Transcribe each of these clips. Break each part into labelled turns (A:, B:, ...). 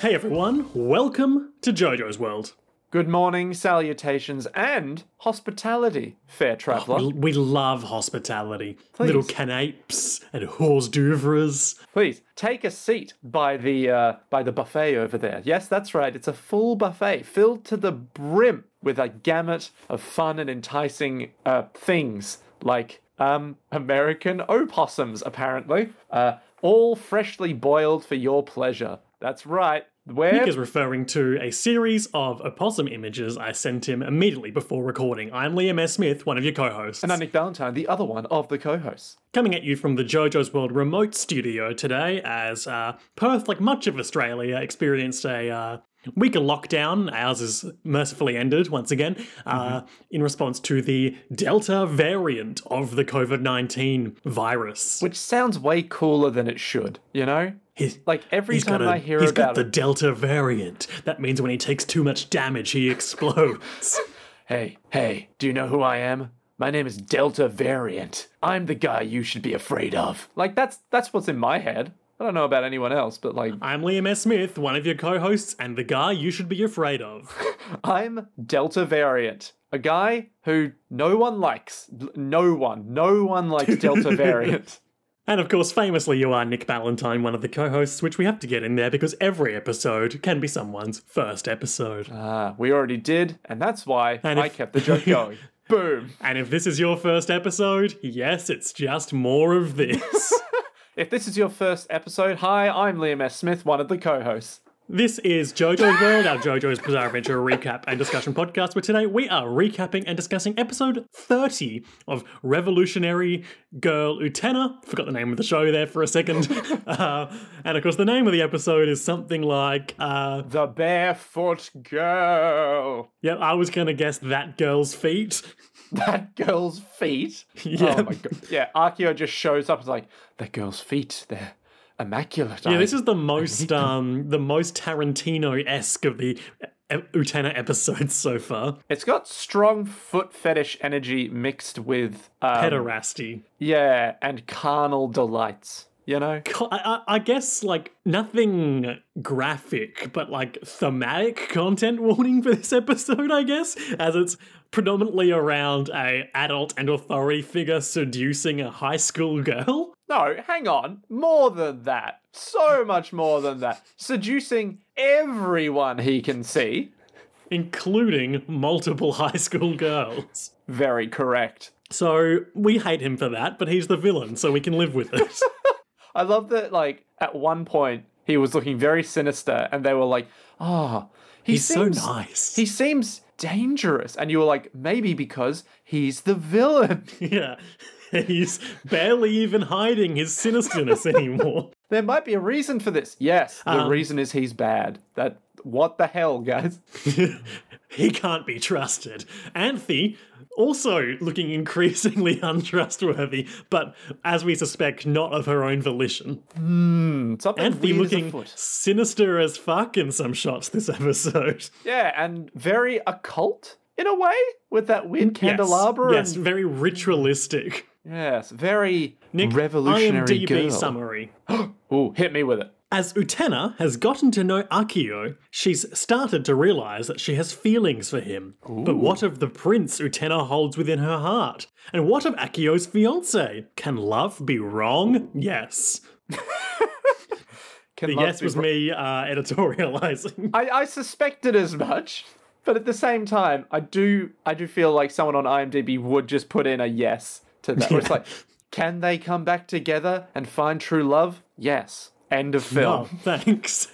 A: Hey everyone, welcome to JoJo's World.
B: Good morning, salutations, and hospitality, fair traveller.
A: We, we love hospitality. Little canapes and hors d'oeuvres.
B: Please take a seat by the uh, by the buffet over there. Yes, that's right. It's a full buffet filled to the brim with a gamut of fun and enticing uh, things like um, American opossums, apparently, uh, all freshly boiled for your pleasure. That's right. Where
A: Nick is referring to a series of opossum images I sent him immediately before recording. I'm Liam S. Smith, one of your co hosts.
B: and I'm Nick Valentine, the other one of the co-hosts.
A: Coming at you from the JoJo's World remote studio today, as uh, Perth, like much of Australia, experienced a uh, week of lockdown. Ours is mercifully ended once again uh,
B: Mm-hmm.
A: in response to the Delta variant of the COVID 19 virus.
B: Which sounds way cooler than it should, you know?
A: He's-
B: Like every
A: he's
B: time
A: got a-
B: I hear
A: he's got
B: about
A: the
B: it,
A: Delta variant. That means when he takes too much damage, he explodes.
B: hey, hey, do you know who I am? My name is Delta Variant. I'm the guy you should be afraid of. Like that's that's what's in my head. I don't know about anyone else, but like
A: I'm Liam S. Smith, one of your co hosts, and the guy you should be afraid of.
B: I'm Delta Variant, a guy who no one likes. L- No one, no one likes Delta Variant.
A: And of course, famously, you are Nick Ballantyne, one of the co hosts, which we have to get in there because every episode can be someone's first episode.
B: Ah, we already did, and that's why
A: And
B: I
A: if-
B: kept the joke going. Boom.
A: and if this is your first episode, yes, it's just more of this.
B: If this is your first episode, hi, I'm Liam S. Smith, one of the co-hosts.
A: This is JoJo's World, our JoJo's Bizarre Adventure recap and discussion podcast, where today we are recapping and discussing episode 30 of Revolutionary Girl Utena. Forgot the name of the show there for a second. uh, and of course, the name of the episode is something like, uh,
B: The barefoot girl.
A: yeah, I was going to guess that girl's feet.
B: That girl's feet.
A: Yeah.
B: Oh my god. Yeah, Akio just shows up and is like, that girl's feet, they're immaculate.
A: Yeah, this is the most um the most Tarantino esque of the uh, Utena episodes so far.
B: It's got strong foot fetish energy mixed with um,
A: Pederasty.
B: Yeah, and carnal delights. You know?
A: Co- I, I I guess like nothing graphic, but like thematic content warning for this episode. I guess as it's predominantly around a adult and authority figure seducing a high school girl.
B: No, hang on. More than that. So much more than that. Seducing everyone he can see.
A: Including multiple high school girls.
B: Very correct.
A: So we hate him for that, but he's the villain, so we can live with it.
B: I love that, like, at one point, he was looking very sinister, and they were like, oh, he
A: He's so
B: seems,
A: nice.
B: He seems dangerous. And you were like, maybe because he's the villain.
A: Yeah. He's barely even hiding his sinisterness anymore.
B: there might be a reason for this. Yes, the
A: Um,
B: reason is he's bad. That, what the hell, guys?
A: he can't be trusted. Anthe, also looking increasingly untrustworthy, but as we suspect, not of her own volition.
B: Hmm, Something
A: Anthe
B: weird
A: looking
B: is afoot.
A: sinister as fuck in some shots this episode.
B: Yeah, and very occult in a way with that weird
A: Yes,
B: candelabra.
A: Yes,
B: and,
A: very ritualistic.
B: yes very
A: Nick,
B: revolutionary
A: IMDb
B: girl.
A: summary.
B: Ooh, hit me with it.
A: As Utena has gotten to know Akio, she's started to realize that she has feelings for him. But what of the prince Utena holds within her heart? And what of Akio's fiance? Can love be wrong? Yes.
B: Can
A: The
B: love
A: yes
B: be
A: was
B: wrong?
A: me uh, editorializing.
B: I, I suspected as much, but at the same time, I do I do feel like someone on IMDb would just put in a yes to that. Where it's like, can they come back together and find true love? Yes. End of film.
A: Oh, thanks.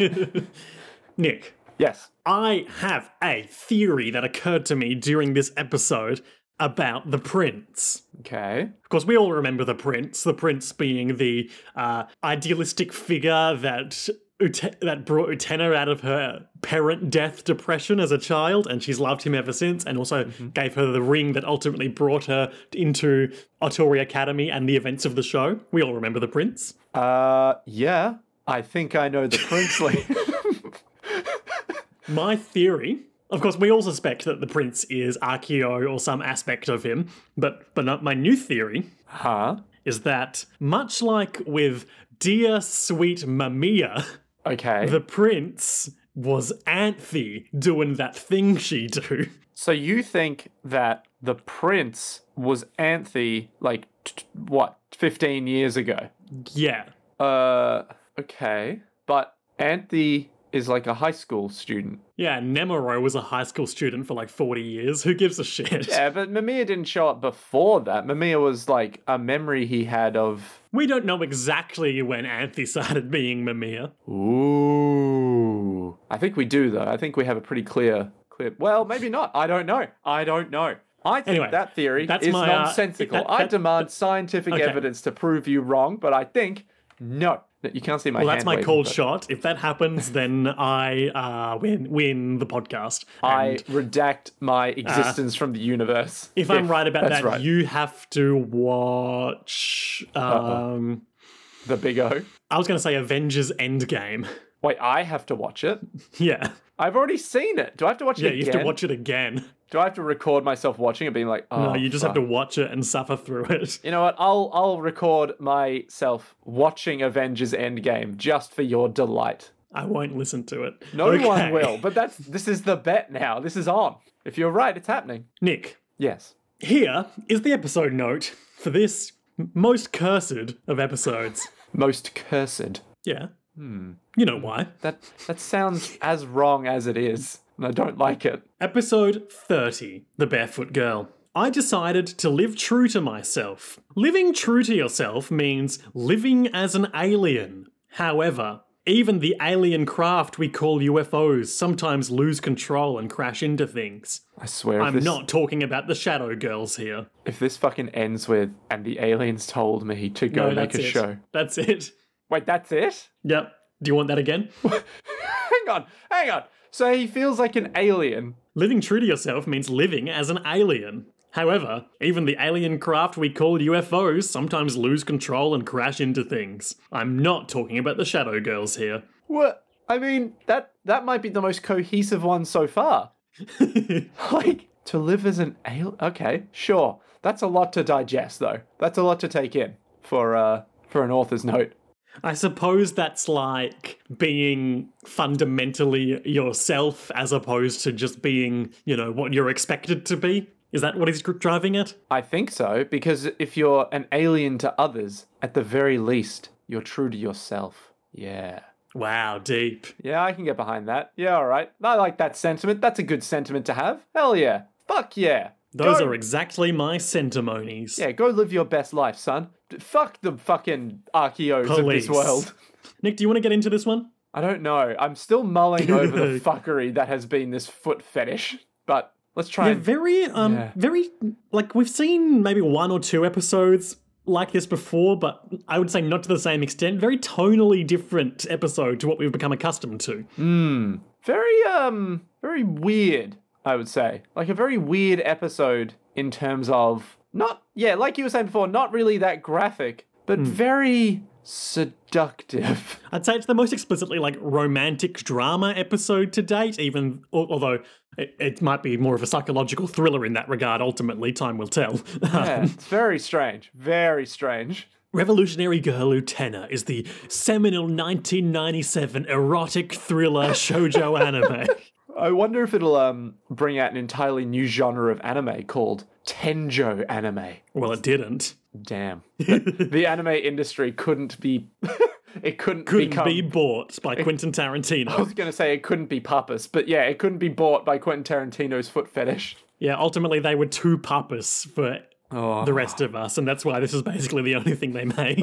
A: Nick,
B: Yes.
A: I have a theory that occurred to me during this episode about the prince.
B: Okay.
A: Of course, we all remember the prince. The prince being the uh, idealistic figure that Ute- that brought Utena out of her parent death depression as a child, and she's loved him ever since. And also gave her the ring that ultimately brought her into Otori Academy and the events of the show. We all remember the prince.
B: Uh, yeah. I think I know the princely.
A: My theory. Of course, we all suspect that the prince is Archeo or some aspect of him, but but not my new theory
B: huh?
A: is that much like with dear sweet Mamiya,
B: Okay.
A: The prince was Anthe doing that thing she do.
B: So you think that the prince was Anthe like t- what 15 years ago?
A: Yeah.
B: Uh okay, but Anthe is like a high school student.
A: Yeah, Nemoro was a high school student for like 40 years. Who gives a shit?
B: Yeah, but Mamiya didn't show up before that. Mamiya was like a memory he had of
A: We don't know exactly when Anthe started being Mamiya.
B: Ooh. I think we do though. I think we have a pretty clear clear Well, maybe not. I don't know. I don't know. I think
A: Anyway,
B: that theory
A: that's
B: is
A: my, uh,
B: nonsensical.
A: that-
B: I
A: that-
B: demand scientific
A: okay.
B: evidence to prove you wrong, but I think no. You can't see my
A: Well, that's
B: hand
A: my
B: waving,
A: cold
B: but
A: shot. If that happens, then I uh, win win the podcast.
B: I
A: And
B: redact my existence from the
A: Uh,
B: universe.
A: if I'm right about
B: that's
A: that,
B: right.
A: you have to watch. Um,
B: the big O.
A: I was going to say Avengers Endgame.
B: Wait, I have to watch it.
A: yeah,
B: I've already seen it. Do I have to watch
A: yeah.
B: it
A: You
B: again?
A: have to watch it again.
B: Do I have to record myself watching it, being like, oh,
A: No, you just have to watch it and suffer through it.
B: You know what? I'll I'll record myself watching Avengers Endgame just for your delight.
A: I won't listen to it.
B: No one
A: Okay.
B: will, but that's this is the bet now. This is on. If you're right, it's happening.
A: Nick,
B: Yes.
A: here is the episode note for this most cursed of episodes.
B: Most cursed.
A: yeah. Hmm. You know why.
B: That that sounds as wrong as it is, and I don't like it.
A: Episode 30 The Barefoot Girl. I decided to live true to myself. Living true to yourself means living as an alien. However, even the alien craft we call UFOs sometimes lose control and crash into things.
B: I swear. if
A: I'm
B: this,
A: not talking about the Shadow Girls here.
B: If this fucking ends with and the aliens told me to go
A: No,
B: make
A: that's
B: a
A: it.
B: show.
A: That's it.
B: Wait, that's it?
A: Yep. Do you want that again?
B: Hang on, hang on. So he feels like an alien.
A: Living true to yourself means living as an alien. However, even the alien craft we call UFOs sometimes lose control and crash into things. I'm not talking about the Shadow Girls here.
B: What? I mean, that that might be the most cohesive one so far. Like to live as an alien. Okay, sure. That's a lot to digest, though. That's a lot to take in for uh for an author's note.
A: I suppose that's like being fundamentally yourself as opposed to just being, you know, what you're expected to be. Is that what he's dri- driving at?
B: I think so because if you're an alien to others, at the very least, you're true to yourself. Yeah.
A: Wow, deep.
B: Yeah, I can get behind that. Yeah, all right. I like that sentiment. That's a good sentiment to have. Hell yeah. Fuck yeah.
A: Those
B: Go-
A: are exactly my sentimonies.
B: Yeah, go live your best life, son. D- Fuck the fucking archaeos of
A: Police.
B: this world.
A: Nick, do you want to get into this one?
B: I don't know. I'm still mulling over the fuckery that has been this foot fetish. But let's try
A: They're
B: and
A: very, um,
B: Yeah.
A: very like we've seen maybe one or two episodes like this before, but I would say not to the same extent. Very tonally different episode to what we've become accustomed to.
B: very um very weird, I would say. Like a very weird episode in terms of not yeah, like you were saying before, not really that graphic, but very seductive.
A: I'd say it's the most explicitly like romantic drama episode to date. Even al- although it, it might be more of a psychological thriller in that regard. Ultimately, time will tell.
B: Yeah, it's very strange. Very strange.
A: Revolutionary Girl Utena is the seminal 1997 erotic thriller shoujo anime.
B: I wonder if it'll um, bring out an entirely new genre of anime called Tenjo anime.
A: Well, it didn't.
B: Damn. the the anime industry couldn't be. it couldn't,
A: Couldn't
B: become.
A: be bought by Quentin Tarantino.
B: I was going to say it couldn't be Pappas, but yeah, it couldn't be bought by Quentin Tarantino's foot fetish.
A: Yeah, ultimately they were two puppas for
B: Oh.
A: the rest of us, and that's why this is basically the only thing they made.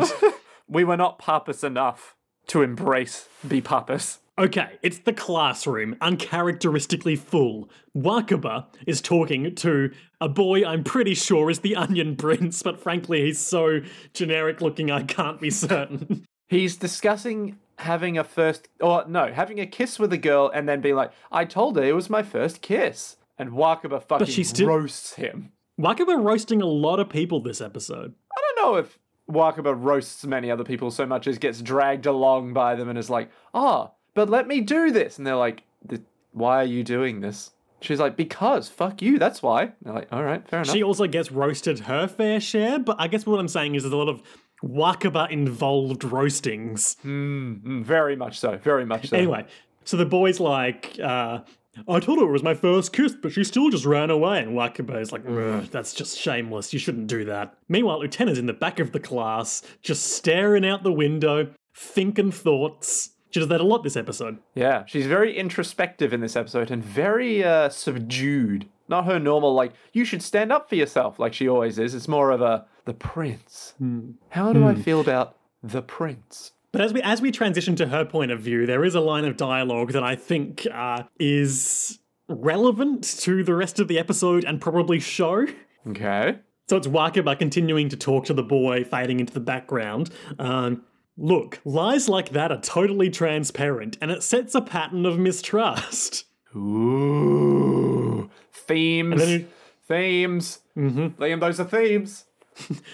B: We were not Pappas enough to embrace be Pappas.
A: okay, it's the classroom, uncharacteristically full. Wakaba is talking to a boy I'm pretty sure is the Onion Prince, but frankly he's so generic looking I can't be certain.
B: He's discussing having a first, or no, having a kiss with a girl and then being like, I told her it was my first kiss. And Wakaba fucking
A: she still-
B: roasts him.
A: Wakaba roasting a lot of people this episode.
B: I don't know if Wakaba roasts many other people so much as gets dragged along by them and is like, ah, but let me do this. And they're like, "Th- why are you doing this? She's like, because fuck you, that's why. And they're like, all right, fair enough.
A: She also gets roasted her fair share, but I guess what I'm saying is there's a lot of Wakaba involved roastings.
B: Mm, very much so, very much so.
A: Anyway, So the boy's like, uh, I told her it was my first kiss, but she still just ran away. And Wakabe's like, "Ugh, that's just shameless. You shouldn't do that. Meanwhile, Utena's in the back of the class, just staring out the window, thinking thoughts. She does that a lot this episode.
B: Yeah, she's very introspective in this episode and very uh, subdued. Not her normal like you should stand up for yourself like she always is. It's more of a the prince.
A: Hmm.
B: How do I feel about the prince?
A: But as we as we transition to her point of view, there is a line of dialogue that I think uh, is relevant to the rest of the episode and probably show.
B: Okay.
A: So it's Wakaba continuing to talk to the boy, fading into the background. Um, Look, lies like that are totally transparent, and it sets a pattern of mistrust.
B: Ooh. Themes.
A: then you-
B: Themes. Mm-hmm. Liam, those are themes.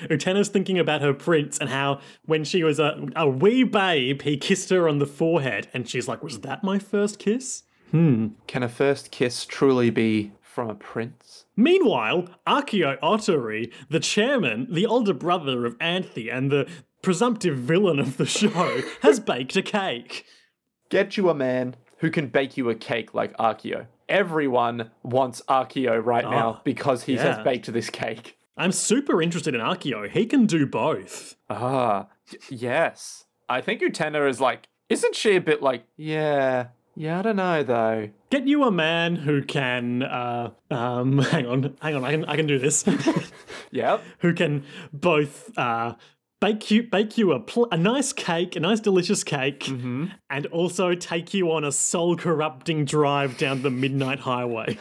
A: Utena's thinking about her prince and how, when she was a, a wee babe, he kissed her on the forehead, and she's like, Was that my first kiss?
B: Can a first kiss truly be from a prince?
A: Meanwhile, Akio Ottery, the chairman, the older brother of Anthe, and the presumptive villain of the show, has baked a cake.
B: Get you a man who can bake you a cake like Archeo. Everyone wants Archeo right now because he
A: Ah, yeah.
B: has baked this cake.
A: I'm super interested in Akio. He can do both.
B: Ah, y- yes. I think Utena is like, isn't she a bit like, yeah, yeah, I don't know though.
A: Get you a man who can, uh, um, hang on, hang on, I can, I can do this.
B: Yep.
A: who can both uh, bake you bake you a pl- a nice cake, a nice delicious cake, and also take you on a soul corrupting drive down the midnight highway.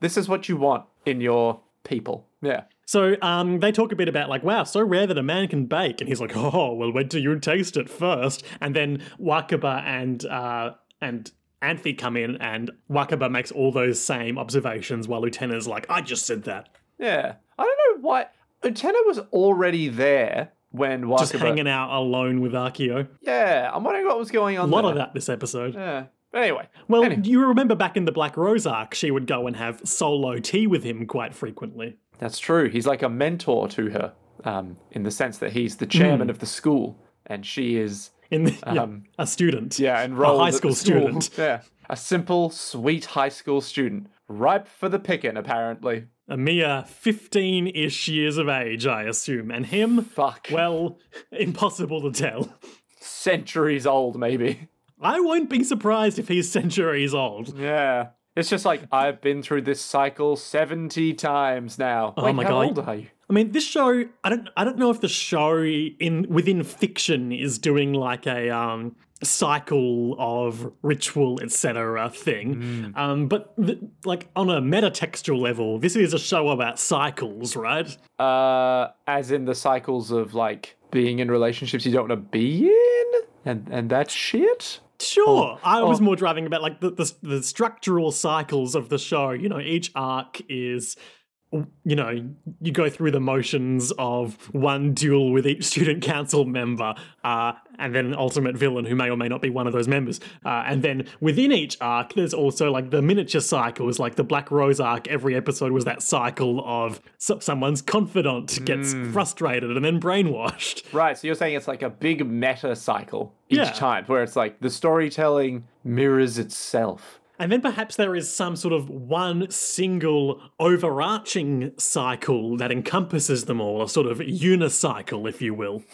B: This is what you want in your people. Yeah.
A: So um, they talk a bit about like, wow, so rare that a man can bake, and he's like, oh, well, wait till you taste it first, and then Wakaba and uh, and. Anthe come in and Wakaba makes all those same observations while Utena's like, I just said that.
B: Yeah. I don't know why. Utena was already there when Wakaba.
A: Just hanging out alone with Akio.
B: Yeah. I'm wondering what was going on
A: A lot
B: there.
A: of that this episode.
B: Yeah. But anyway.
A: Well,
B: Anyway.
A: you remember back in the Black Rose arc, she would go and have solo tea with him quite frequently.
B: That's true. He's like a mentor to her um, in the sense that he's the
A: Hmm.
B: chairman of the school and she is,
A: In the, yeah,
B: Um,
A: a student,
B: yeah,
A: a
B: enrolled
A: high
B: at the
A: school student.
B: Yeah. A simple, sweet high school student, ripe for the picking, apparently.
A: a mere fifteen-ish years of age, I assume, and him,
B: Fuck.
A: well, impossible to tell.
B: Centuries old, maybe.
A: I won't be surprised if he's centuries old.
B: Yeah. It's just like, I've been through this cycle 70 times now. Oh
A: my
B: how
A: God.
B: old are you?
A: I mean, this show, I don't, I don't know if the show in within fiction is doing like a um, cycle of ritual, etc. thing. Um, but th- like on a metatextual level, this is a show about cycles, right?
B: Uh, as in the cycles of like being in relationships you don't want to be in? And, and that shit?
A: Sure. I was more driving about like the, the the structural cycles of the show. You know, each arc is, you know, you go through the motions of one duel with each student council member, uh, and then an ultimate villain who may or may not be one of those members. Uh, and then within each arc, there's also like the miniature cycles, like the Black Rose arc. Every episode was that cycle of so- someone's confidant gets frustrated and then brainwashed.
B: Right, so you're saying it's like a big meta cycle each
A: Yeah.
B: time, where it's like the storytelling mirrors itself.
A: And then perhaps there is some sort of one single overarching cycle that encompasses them all, a sort of unicycle, if you will.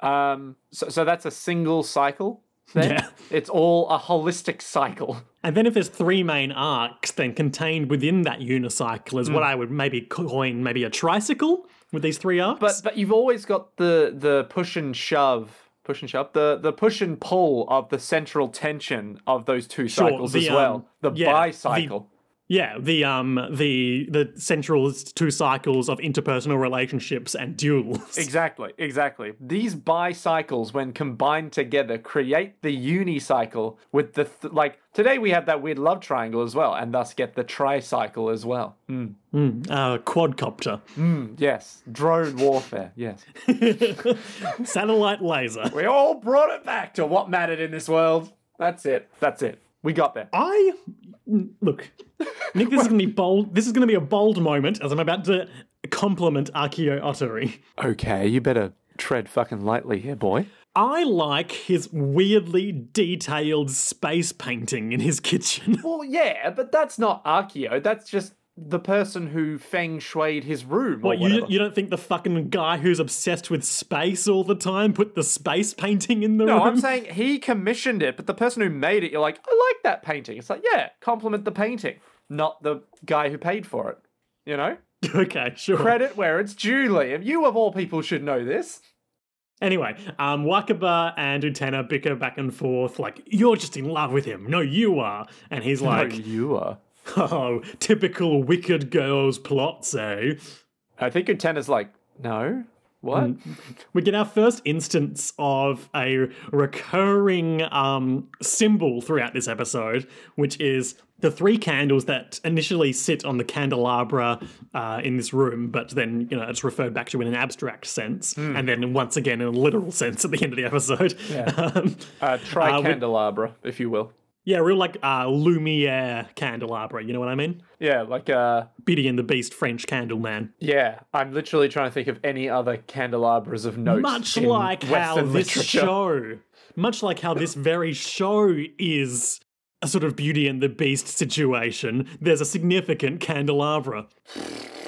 B: Um, so, so that's a single cycle. Then?
A: Yeah.
B: it's all a holistic cycle.
A: And then if there's three main arcs, then contained within that unicycle is what I would maybe coin maybe a tricycle with these three arcs.
B: But but you've always got the the push and shove, push and shove, the the push and pull of the central tension of those two cycles
A: the,
B: as well.
A: um,
B: the
A: yeah, the-
B: bicycle.
A: yeah, the um the the central two cycles of interpersonal relationships and duels.
B: Exactly, exactly. These bicycles, when combined together, create the unicycle with the th- like. Today we have that weird love triangle as well, and thus get the tricycle as well. Mm.
A: Uh, quadcopter,
B: Yes, drone warfare. Yes,
A: satellite laser.
B: we all brought it back to what mattered in this world. That's it. That's it. We got there.
A: I n- look, Nick. This is gonna be bold. This is gonna be a bold moment as I'm about to compliment Akio Ottery.
B: Okay, you better tread fucking lightly here, boy.
A: I like his weirdly detailed space painting in his kitchen.
B: Well, yeah, but that's not Archeo. That's just the person who feng shuied his room. or
A: What, you,
B: whatever.
A: you don't think the fucking guy who's obsessed with space all the time put the space painting in the
B: No,
A: room?
B: I'm saying he commissioned it, but the person who made it, you're like, I like that painting. It's like, yeah, compliment the painting, not the guy who paid for it. You know?
A: okay, sure.
B: Credit where it's due, Liam. You, of all people, should know this.
A: Anyway, um, Wakaba and Utena bicker back and forth, like, you're just in love with him. No, you are. And he's like,
B: oh, you are.
A: oh, typical wicked girls plots, eh?
B: I think Utena's like, no, what?
A: We get our first instance of a recurring um, symbol throughout this episode, which is the three candles that initially sit on the candelabra uh, in this room, but then you know it's referred back to in an abstract sense, and then once again in a literal sense at the end of the episode. Yeah, um,
B: Uh, try candelabra, if you will.
A: yeah real like uh, Lumiere candelabra. You know what I mean?
B: Yeah, like uh,
A: Beauty and the Beast French candle man.
B: yeah. I'm literally trying to think of any other candelabras of note.
A: much
B: in
A: like how
B: Western
A: this
B: literature.
A: show, much like how this very show is a sort of Beauty and the Beast situation, there's a significant candelabra.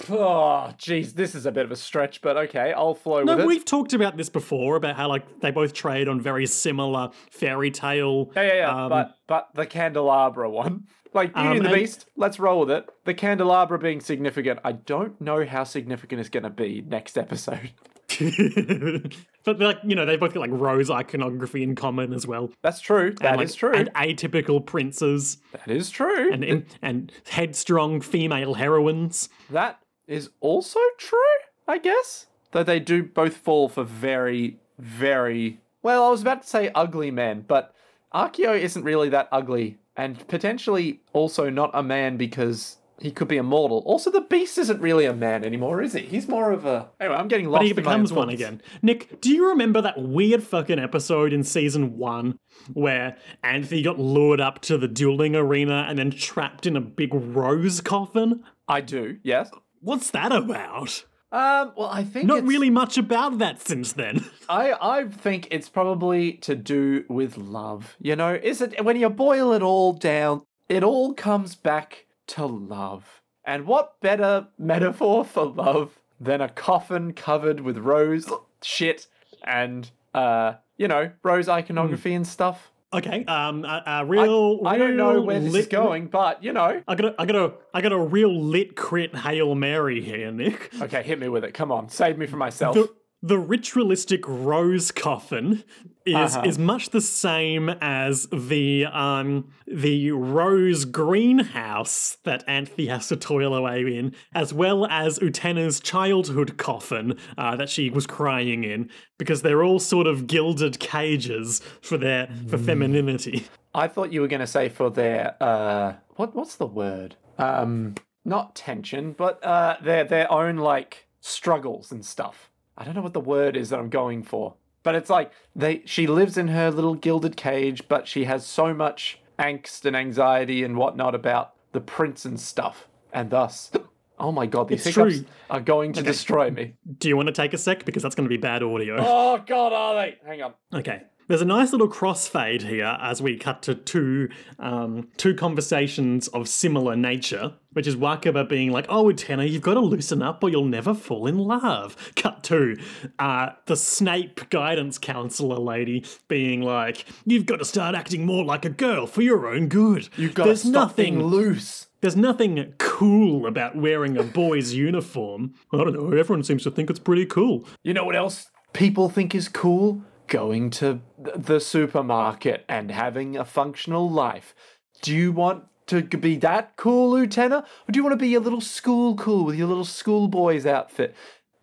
B: Oh, jeez, this is a bit of a stretch, but okay, I'll flow with
A: No,
B: it.
A: we've talked about this before about how like they both trade on very similar fairy tale.
B: Yeah, yeah, yeah.
A: um,
B: but but the candelabra one, like Beauty
A: Um,
B: and the
A: and-
B: Beast, let's roll with it. The candelabra being significant, I don't know how significant it's going to be next episode.
A: but like you know, they both got like rose iconography in common as well.
B: That's true. That is
A: Like,
B: true.
A: And atypical princes
B: that is true.
A: and and, and headstrong female heroines.
B: that is also true, I guess. Though they do both fall for very, very well. I was about to say ugly men, but Archeo isn't really that ugly, and potentially also not a man because. He could be immortal. Also, the beast isn't really a man anymore, is he? He's more of a. Anyway, I'm getting lost.
A: But he
B: in my own
A: becomes one
B: thoughts.
A: again. Nick, do you remember that weird fucking episode in season one where Anthony got lured up to the dueling arena and then trapped in a big rose coffin?
B: I do, yes.
A: What's that about?
B: Um, well, I think
A: Not
B: it's-
A: really much about that since then.
B: I I think it's probably to do with love. You know, is it when you boil it all down, it all comes back to love. And what better metaphor for love than a coffin covered with rose shit and uh, you know, rose iconography and stuff.
A: okay, um, a, a real.
B: I don't know
A: real
B: where this is
A: lit-
B: going, but you know.
A: I got a, I got a, I got a real lit crit hail mary here, Nick.
B: Okay, hit me with it. Come on, save me from myself.
A: the the ritualistic rose coffin is
B: Uh-huh.
A: is much the same as the um the rose greenhouse that Anthe has to toil away in, as well as Utena's childhood coffin uh, that she was crying in, because they're all sort of gilded cages for their for
B: Hmm.
A: femininity.
B: I thought you were going to say for their uh what what's the word? Um not tension, but uh their their own like struggles and stuff. I don't know what the word is that I'm going for. But it's like they she lives in her little gilded cage, but she has so much angst and anxiety and whatnot about the prince and stuff. And thus Oh my god, these
A: It's
B: hiccups
A: true.
B: are going to destroy me.
A: Do you want to take a sec because that's going to be bad audio?
B: Oh god, are they? Hang on.
A: Okay. There's a nice little crossfade here as we cut to two um, two conversations of similar nature, which is Wakaba being like, "Oh, Utena, you've got to loosen up, or you'll never fall in love." Cut to uh, the Snape guidance counselor lady being like, "You've got to start acting more like a girl for your own good.
B: You've got
A: there's
B: to stop being
A: nothing
B: loose.
A: there's nothing cool about wearing a boy's uniform. I don't know. Everyone seems to think it's pretty cool.
B: You know what else people think is cool? Going to th- the supermarket and having a functional life. Do you want to g- be that cool, Utena? Or do you want to be your little school cool with your little schoolboy's outfit?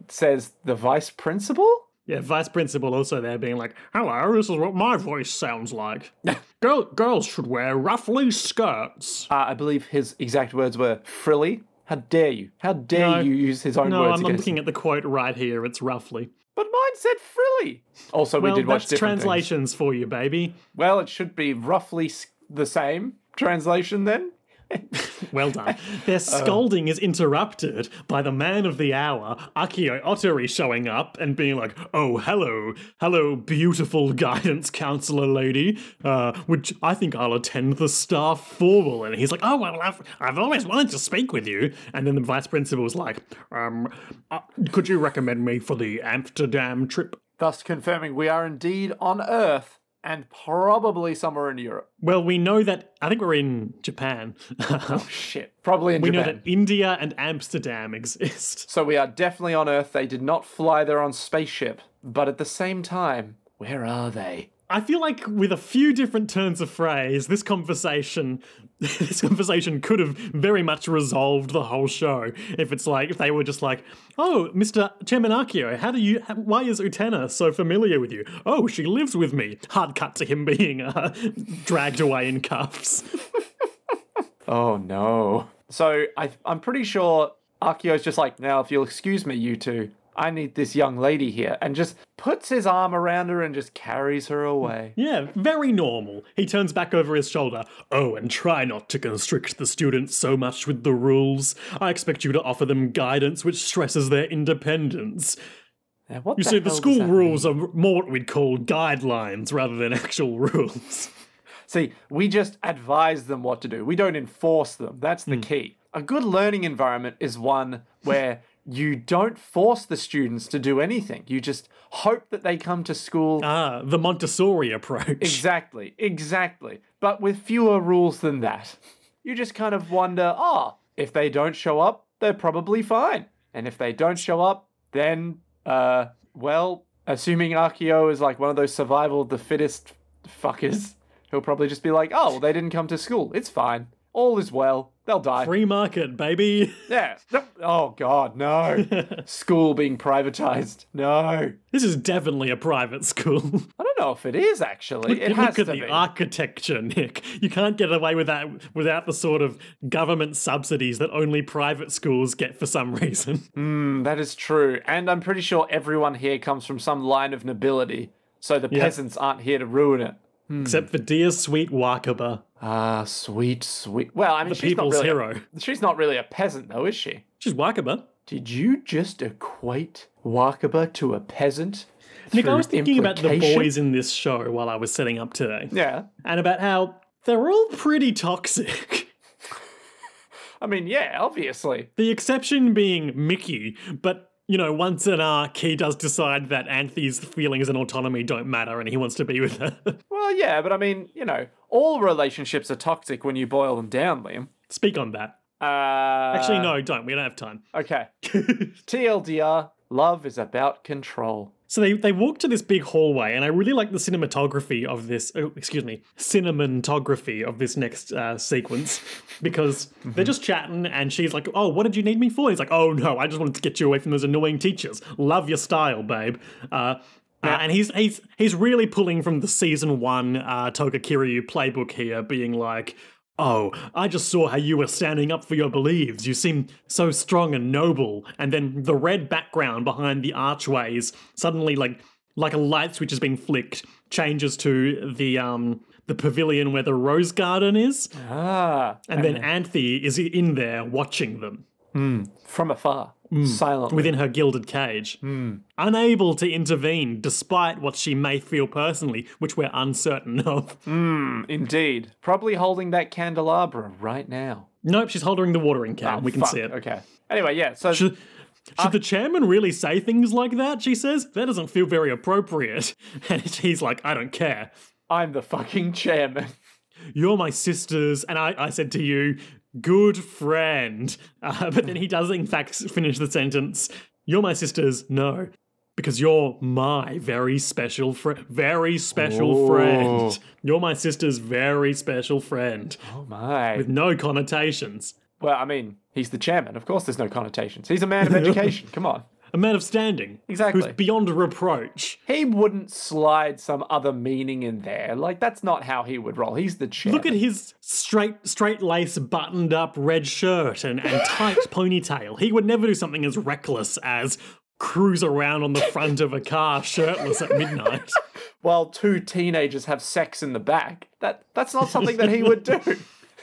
B: Says the vice principal?
A: Yeah, vice principal also there being like, "Hello, this is what my voice sounds like. Girl, girls should wear ruffly skirts."
B: Uh, I believe his exact words were frilly. How dare you? How dare you use his own
A: No,
B: words
A: I'm, I'm
B: against
A: looking at the quote right here. It's roughly.
B: But mine said frilly. Also,
A: Well,
B: we did watch
A: that's
B: different things.
A: translations for you, baby.
B: Well, it should be roughly s- the same translation then.
A: Well done. Uh, Their scolding is interrupted by the man of the hour, Akio Ottery, showing up and being like, "Oh, hello, hello, beautiful guidance counselor lady," uh, which I think I'll attend the staff formal. And he's like, "Oh, well, I've, I've always wanted to speak with you." And then the vice principal was like, um, uh, "Could you recommend me for the Amsterdam trip?"
B: Thus confirming we are indeed on Earth and probably somewhere in Europe.
A: Well, we know that I think we're in Japan. we
B: Shit. Probably in
A: know
B: Japan.
A: that India and Amsterdam exist.
B: So we are definitely on Earth. They did not fly there on spaceship. But at the same time, where are they?
A: I feel like with a few different turns of phrase, this conversation, this conversation could have very much resolved the whole show. If it's like if they were just like, "Oh, Mister Chairman Akio, how do you? how- Why is Utena so familiar with you? Oh, she lives with me." Hard cut to him being uh, dragged away in cuffs.
B: Oh no. So I, I'm pretty sure Akio's just like, now if you'll excuse me, you two, I need this young lady here, and just puts his arm around her and just carries her away.
A: Yeah, very normal. He turns back over his shoulder. Oh, and try not to constrict the students so much with the rules. I expect you to offer them guidance which stresses their independence.
B: Now, what
A: You
B: the
A: see, the
B: hell does
A: school
B: that
A: rules are more what we'd call guidelines rather than actual rules.
B: See, we just advise them what to do. We don't enforce them. That's the key. A good learning environment is one where you don't force the students to do anything. You just hope that they come to school.
A: Ah, the Montessori approach.
B: Exactly, exactly. But with fewer rules than that. You just kind of wonder, ah, if they don't show up, they're probably fine. And if they don't show up, then, uh, well, assuming Akio is like one of those survival of the fittest fuckers, he'll probably just be like, oh, well, they didn't come to school. It's fine. All is well. They'll die.
A: Free market, baby.
B: Yeah. No- Oh, God, no. school being privatized. No.
A: this is definitely a private school.
B: I don't know if it is, actually. It
A: You
B: has
A: look at
B: to
A: the
B: be.
A: architecture, Nick. You can't get away with that without the sort of government subsidies that only private schools get for some reason.
B: Hmm. That is true. And I'm pretty sure everyone here comes from some line of nobility, so the peasants aren't here to ruin it.
A: Except for dear sweet Wakaba,
B: Ah, sweet, sweet. Well, I mean,
A: the
B: she's
A: people's
B: not really
A: hero.
B: she's not really a peasant, though, is she?
A: She's Wakaba.
B: Did you just equate Wakaba to a peasant?
A: Nick, I
B: through
A: was thinking about the
B: implication?
A: boys in this show while I was setting up today,
B: Yeah.
A: and about how they're all pretty toxic.
B: I mean, yeah, obviously.
A: The exception being Mickey, but you know, once an arc, he does decide that Anthony's feelings and autonomy don't matter, and he wants to be with her.
B: Well, yeah, but I mean, you know, all relationships are toxic when you boil them down, Liam.
A: Speak on that.
B: Uh,
A: Actually, no, don't. We don't have time.
B: Okay. TLDR, love is about control.
A: So they, they walk to this big hallway, and I really like the cinematography of this. Oh, excuse me, cinematography of this next uh, sequence because they're just chatting, and she's like, "Oh, what did you need me for?" He's like, "Oh no, I just wanted to get you away from those annoying teachers. Love your style, babe." Uh, uh, and he's he's he's really pulling from the season one uh, Toga Kiryu playbook here, being like, Oh, I just saw how you were standing up for your beliefs. You seem so strong and noble. And then the red background behind the archways suddenly like like a light switch has been flicked, changes to the um the pavilion where the rose garden is,
B: Ah,
A: and then Anthe is in there watching them
B: from afar,
A: Mm.
B: silently.
A: within her gilded cage, unable to intervene despite what she may feel personally, which we're uncertain of.
B: Indeed. Probably holding that candelabra right now.
A: Nope, she's holding the watering can. we can
B: Oh, Fuck,
A: see it.
B: Okay. Anyway, yeah, so
A: Should, should the chairman really say things like that? She says. That doesn't feel very appropriate. And he's like, I don't care.
B: I'm the fucking chairman.
A: You're my sisters. And I, I said to you, good friend. Uh, but then he does, in fact, s- finish the sentence You're my sisters. No. Because you're my very special friend. Very special
B: Ooh.
A: friend. You're my sister's very special friend.
B: Oh my.
A: With no connotations.
B: Well, I mean, he's the chairman. Of course there's no connotations. He's a man of education. Come on.
A: A man of standing.
B: Exactly.
A: Who's beyond reproach.
B: He wouldn't slide some other meaning in there. Like that's not how he would roll. He's the chairman.
A: Look at his straight, straight lace, buttoned up red shirt and, and tight ponytail. He would never do something as reckless as cruise around on the front of a car shirtless at midnight.
B: While two teenagers have sex in the back. That that's not something that he would do.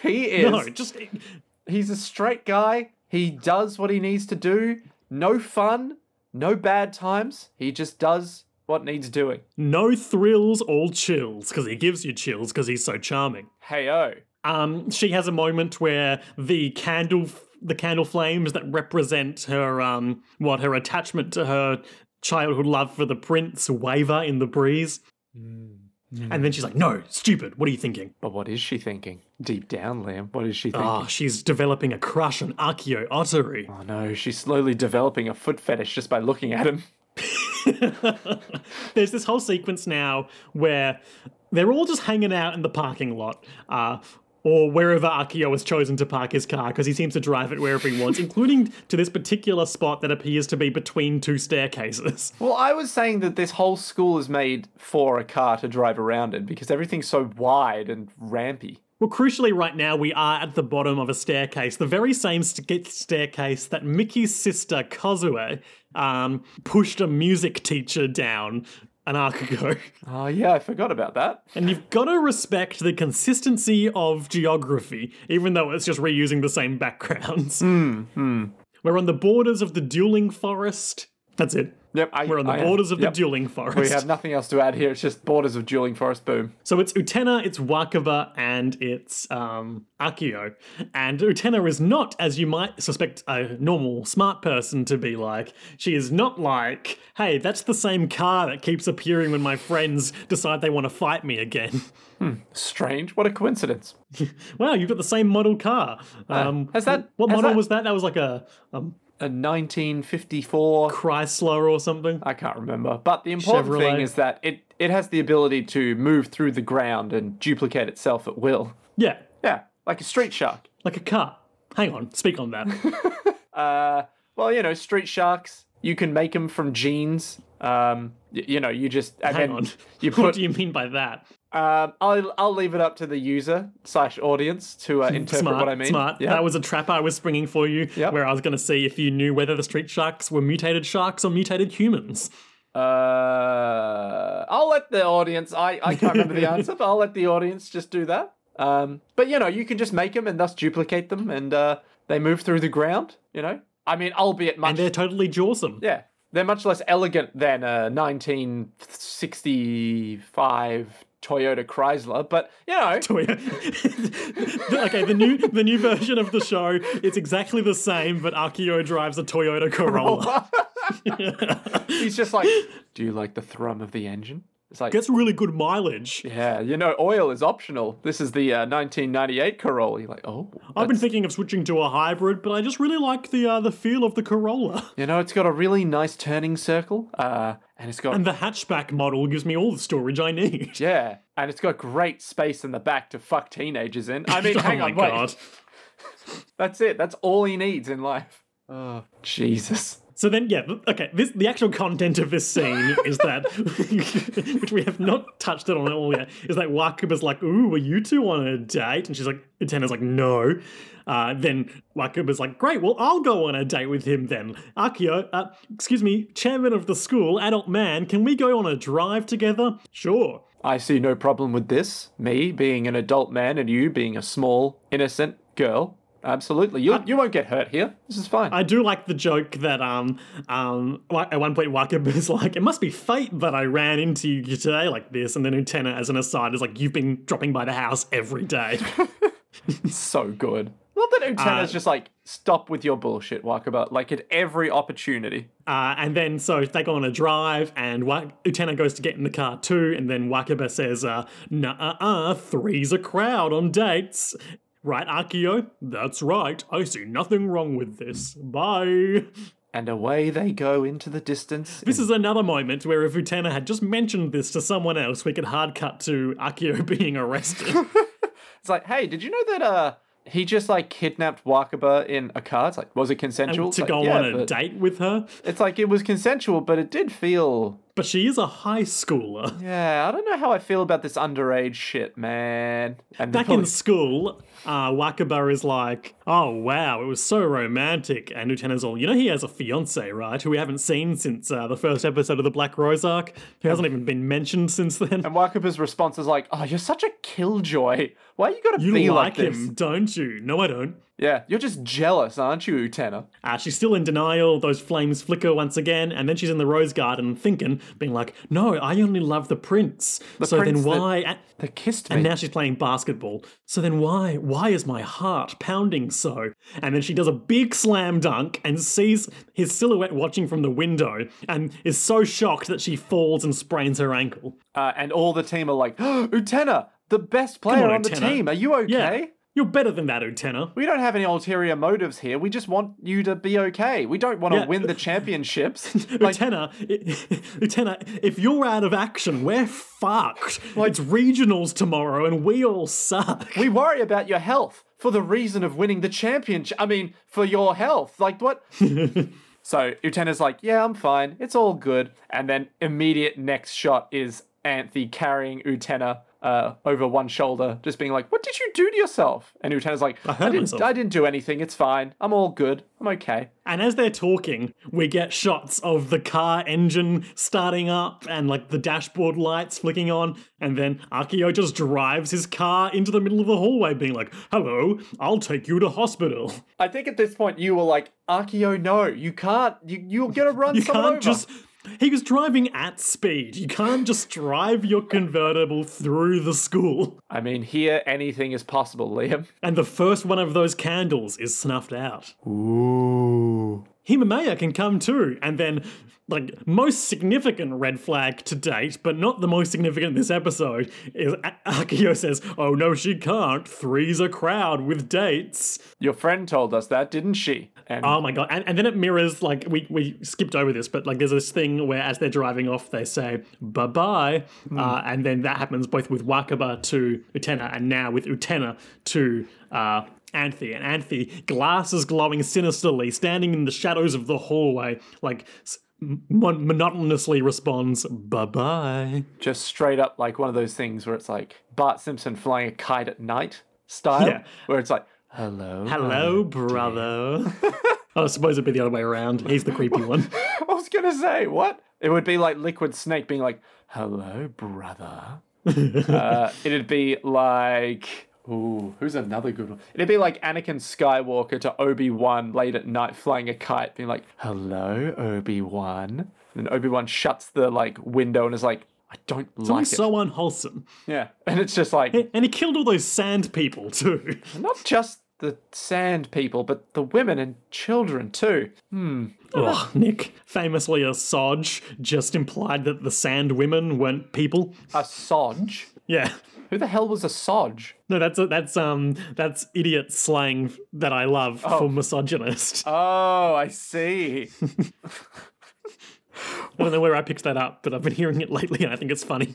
B: He is
A: No, just
B: He's a straight guy. He does what he needs to do. No fun, no bad times. He just does what needs doing.
A: No thrills, all chills, because he gives you chills because he's so charming.
B: Hey oh.
A: Um, she has a moment where the candle, the candle flames that represent her, um, what her attachment to her childhood love for the prince waver in the breeze, and then she's like, "No, stupid! What are you thinking?"
B: But what is she thinking? Deep down, Liam, what is she thinking?
A: Ah, she's developing a crush on Akio Ottery.
B: Oh no, she's slowly developing a foot fetish just by looking at him.
A: There's this whole sequence now where they're all just hanging out in the parking lot, uh, or wherever Akio has chosen to park his car, because he seems to drive it wherever he wants, including to this particular spot that appears to be between two staircases.
B: Well, I was saying that this whole school is made for a car to drive around in because everything's so wide and rampy.
A: Well, crucially, right now we are at the bottom of a staircase, the very same st- staircase that Mickey's sister Kozue um, pushed a music teacher down an arc ago.
B: Oh yeah, I forgot about that.
A: And you've got to respect the consistency of geography, even though it's just reusing the same backgrounds.
B: Hmm,
A: We're on the borders of the dueling forest. That's it.
B: Yep, I,
A: We're on the
B: I-
A: borders of
B: Oh, yep.
A: the dueling forest.
B: We have nothing else to add here. It's just borders of dueling forest. Boom.
A: So it's Utena, it's Wakaba, and it's um, Akio. And Utena is not, as you might suspect a normal smart person to be like, she is not like, hey, that's the same car that keeps appearing when my friends decide they want to fight me again.
B: Strange. What a coincidence.
A: wow, you've got the same model car. Um,
B: has that-
A: What
B: has
A: model
B: that-
A: was that? That was like a, um
B: A 1954.
A: Chrysler or something.
B: I can't remember. But the important
A: Chevrolet.
B: thing is that it it has the ability to move through the ground and duplicate itself at will.
A: yeah,
B: Yeah, like a street shark.
A: like a car. Hang on, speak on that.
B: Uh, well, you know, street sharks. You can make them from jeans. Um, y- you know, you just and
A: Hang
B: then
A: on.
B: you
A: what
B: put.
A: do you mean by that?
B: um, I'll I'll leave it up to the user slash audience to uh, interpret
A: smart,
B: what I mean.
A: smart.
B: Yeah.
A: That was a trap I was springing for you,
B: Yep.
A: where I was going to see if you knew whether the street sharks were mutated sharks or mutated humans.
B: Uh, I'll let the audience. I, I can't remember the answer, but I'll let the audience just do that. Um, but you know, you can just make them and thus duplicate them, and uh, they move through the ground. You know, I mean, albeit much.
A: And they're totally jawsome.
B: yeah, they're much less elegant than a 1965 Toyota Chrysler, but you know,
A: okay, the new the new version of the show, it's exactly the same, but Akio drives a Toyota Corolla.
B: he's just like, do you like the thrum of the engine? It's like,
A: Gets really good mileage.
B: yeah, you know, oil is optional. This is the uh, 1998 Corolla. You're like, oh,
A: I've been thinking of switching to a hybrid, but I just really like the uh, the feel of the Corolla.
B: You know, it's got a really nice turning circle, uh, and it's got
A: And the hatchback model gives me all the storage I need.
B: yeah, and it's got great space in the back to fuck teenagers in. I mean,
A: oh
B: hang
A: my
B: on, wait.
A: god.
B: That's it. That's all he needs in life. Oh, Jesus.
A: So then, yeah, th- okay. This the actual content of this scene is that, which we have not touched it on at all yet, is that Wakaba's like, "Ooh, were you two on a date?" And she's like, "Atena's like, no." Uh, then Wakaba's like, "Great, well, I'll go on a date with him then." Akio, uh, excuse me, chairman of the school, adult man, can we go on a drive together? Sure.
B: I see no problem with this. Me being an adult man and you being a small, innocent girl. Absolutely. You, you won't get hurt here. This is fine.
A: I do like the joke that um um wa- at one point Wakaba's like, it must be fate that I ran into you today like this, and then Utena as an aside is like, you've been dropping by the house every day.
B: so good. Not that Utena's
A: Uh,
B: just like, stop with your bullshit, Wakaba. Like, at every opportunity.
A: uh, and then so they go on a drive, and Wa- Utena goes to get in the car too, and then Wakaba says, uh, nah, uh, uh, three's a crowd on dates. Right, Akio? That's right. I see nothing wrong with this. Bye.
B: And away they go into the distance.
A: This is another moment where if Utena had just mentioned this to someone else, we could hard cut to Akio being arrested.
B: It's like, hey, did you know that uh he just like kidnapped Wakaba in a car? It's like, was it consensual? It's
A: to
B: like,
A: go
B: yeah,
A: on a
B: but-
A: date with her.
B: It's like it was consensual, but it did feel
A: But she is a high schooler.
B: Yeah, I don't know how I feel about this underage shit, man. And
A: Back in
B: probably-
A: school, uh, Wakaba is like, oh wow, it was so romantic. And Utena's all, you know, he has a fiance, right? Who we haven't seen since uh, the first episode of the Black Rose arc. Who hasn't even been mentioned since then.
B: and Wakaba's response is like, "Oh, you're such a killjoy. Why you gotta
A: You
B: be
A: like,
B: like,
A: him,
B: this?
A: don't you? No, I don't.
B: Yeah, you're just jealous, aren't you, Utena?
A: Uh, she's still in denial. Those flames flicker once again, and then she's in the rose garden thinking, being like, "No, I only love the prince." so
B: prince
A: then
B: that-
A: why? and-
B: They kissed me.
A: And now she's playing basketball. So then why? Why is my heart pounding so? And then she does a big slam dunk and sees his silhouette watching from the window, and is so shocked that she falls and sprains her ankle.
B: uh, and all the team are like, oh, "Utena, the best player
A: on,
B: on, the
A: Utena."
B: team. Are you okay?"
A: You're better than that, Utena.
B: We don't have any ulterior motives here. We just want you to be okay. We don't want to
A: Yeah.
B: win the championships. like,
A: Utena, Utena, if you're out of action, we're fucked. it's regionals tomorrow, and we all suck.
B: we worry about your health for the reason of winning the championship. I mean, for your health. Like, what? so Utena's like, yeah, I'm fine. It's all good. And then immediate next shot is Anthe carrying Utena uh, over one shoulder, just being like, what did you do to yourself? And Utena's like, I,
A: hurt
B: didn't,
A: myself."
B: I didn't do anything. It's fine. I'm all good. I'm okay.
A: And as they're talking, we get shots of the car engine starting up and like the dashboard lights flicking on. And then Akio just drives his car into the middle of the hallway, being like, Hello, I'll take you to hospital.
B: I think at this point you were like, Akio, no, you can't. You, you're going to run
A: You
B: someone
A: can't
B: over.
A: just. He was driving at speed. You can't just drive your convertible through the school.
B: I mean, here anything is possible, Liam.
A: And the first one of those candles is snuffed out.
B: Ooh.
A: Himamaya can come too. And then, like, most significant red flag to date, but not the most significant this episode, is A- Akio says, Oh no, she can't. Three's a crowd with dates.
B: Your friend told us that, didn't she? And
A: Oh my god. And, and then it mirrors, like, we, we skipped over this, but like, there's this thing where as they're driving off, they say, Bye bye.
B: Hmm.
A: Uh, and then that happens both with Wakaba to Utena and now with Utena to. Uh, Anthe and Anthe, glasses glowing sinisterly, standing in the shadows of the hallway, like s- mon- monotonously responds, "Bye bye."
B: just straight up like one of those things where it's like Bart Simpson flying a kite at night style,
A: Yeah.
B: where it's like, hello. Oh,
A: Hello, brother. Oh, I suppose it'd be the other way around. He's the creepy one.
B: I was going to say, what? It would be like Liquid Snake being like, hello, brother. uh, it'd be like. Ooh, who's another good one? It'd be like Anakin Skywalker to Obi Wan late at night flying a kite, being like, hello, Obi Wan. And Obi Wan shuts the like window and is like, I don't like it.
A: He's so unwholesome,
B: yeah. And it's just like,
A: and he killed all those sand people too.
B: not just the sand people, but the women and children too.
A: Oh, Nick, famously a Sodge, just implied that the Sand Women weren't people.
B: A Sodge?
A: Yeah.
B: Who the hell was a Sodge?
A: No, that's that's um that's idiot slang that I love for misogynist.
B: Oh, I see.
A: I don't know where I picked that up, but I've been hearing it lately and I think it's funny.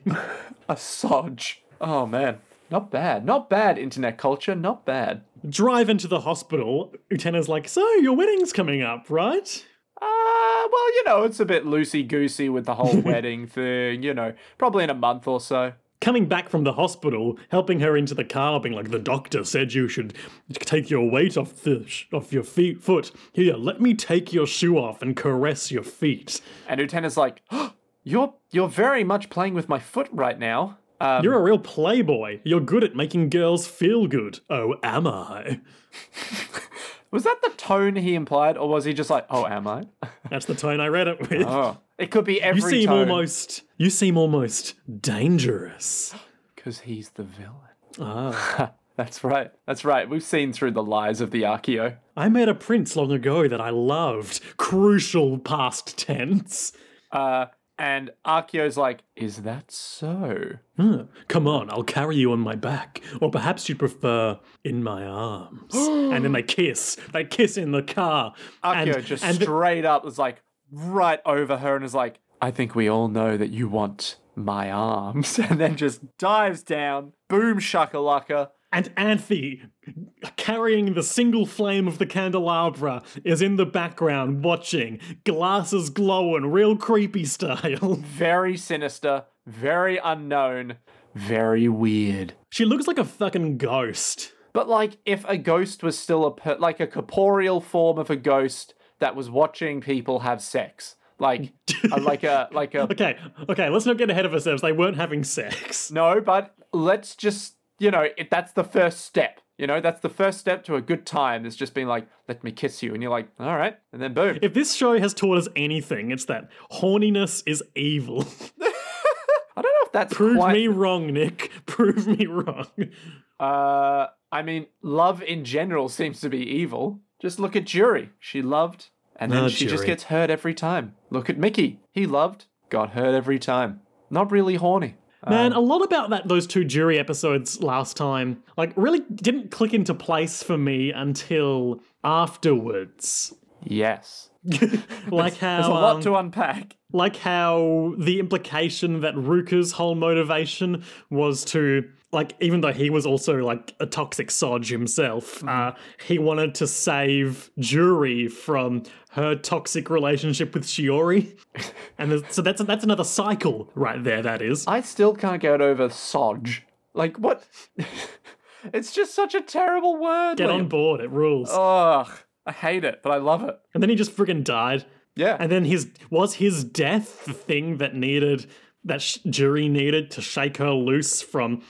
B: a Sodge. Oh, man. Not bad. Not bad, internet culture. Not bad.
A: Drive into the hospital, Utena's like, "So, your wedding's coming up, right?"
B: Uh, well, you know, it's a bit loosey goosey with the whole wedding thing, you know, probably in a month or so.
A: Coming back from the hospital, helping her into the car, being like, "The doctor said you should take your weight off the off your feet foot. Here, let me take your shoe off and caress your feet."
B: And Utena's like, "Oh, you're, you're very much playing with my foot right now. Um,
A: You're a real playboy. You're good at making girls feel good. Oh, am I?
B: was that the tone he implied, or was he just like, oh, am I?
A: That's the tone I read it with.
B: Oh, it could be every
A: you seem
B: tone.
A: almost. You seem almost dangerous.
B: Because he's the villain.
A: Ah,
B: That's right. That's right. We've seen through the lies of the Archeo.
A: I met a prince long ago that I loved. Crucial past tense.
B: Uh, and Archeo's like, is that so?
A: Huh. Hmm, Come on, I'll carry you on my back, or perhaps you'd prefer in my arms. and then they kiss. They kiss in the car.
B: Akio
A: and,
B: just
A: and
B: straight up was like right over her and is like, I think we all know that you want my arms. And then just dives down, boom shakalaka.
A: And Anthe, carrying the single flame of the candelabra, is in the background watching, glasses glowing, real creepy style.
B: Very sinister, very unknown, very weird.
A: she looks like a fucking ghost.
B: But like, if a ghost was still a per- like a corporeal form of a ghost that was watching people have sex, like a, like a like a
A: Okay, okay, let's not get ahead of ourselves. They weren't having sex.
B: no, but let's just you know if that's the first step. You know, that's the first step to a good time. Is just being like, let me kiss you, and you're like, all right, and then boom.
A: If this show has taught us anything, it's that horniness is evil.
B: I don't know if that's
A: Prove
B: quite.
A: me wrong, Nick. Prove me wrong.
B: Uh, I mean, love in general seems to be evil. Just look at Jury. She loved, and then
A: Oh,
B: she just
A: Jury.
B: gets hurt every time. Look at Mickey. He loved, got hurt every time. Not really horny.
A: Man,
B: Um,
A: a lot about that those two jury episodes last time, like really didn't click into place for me until afterwards.
B: Yes.
A: like
B: There's a
A: how
B: lot
A: um,
B: to unpack.
A: like how the implication that Ruka's whole motivation was to like even though he was also like a toxic sodge himself,
B: Hmm.
A: uh, he wanted to save Juri from her toxic relationship with Shiori, and there's- so that's that's another cycle right there. That is.
B: I still can't get over Sodge. Like, what? it's just such a terrible word.
A: Get
B: like-
A: on board, it rules.
B: Ugh. I hate it, but I love it.
A: And then he just friggin' died.
B: Yeah.
A: And then his was his death the thing that needed that sh- jury needed to shake her loose from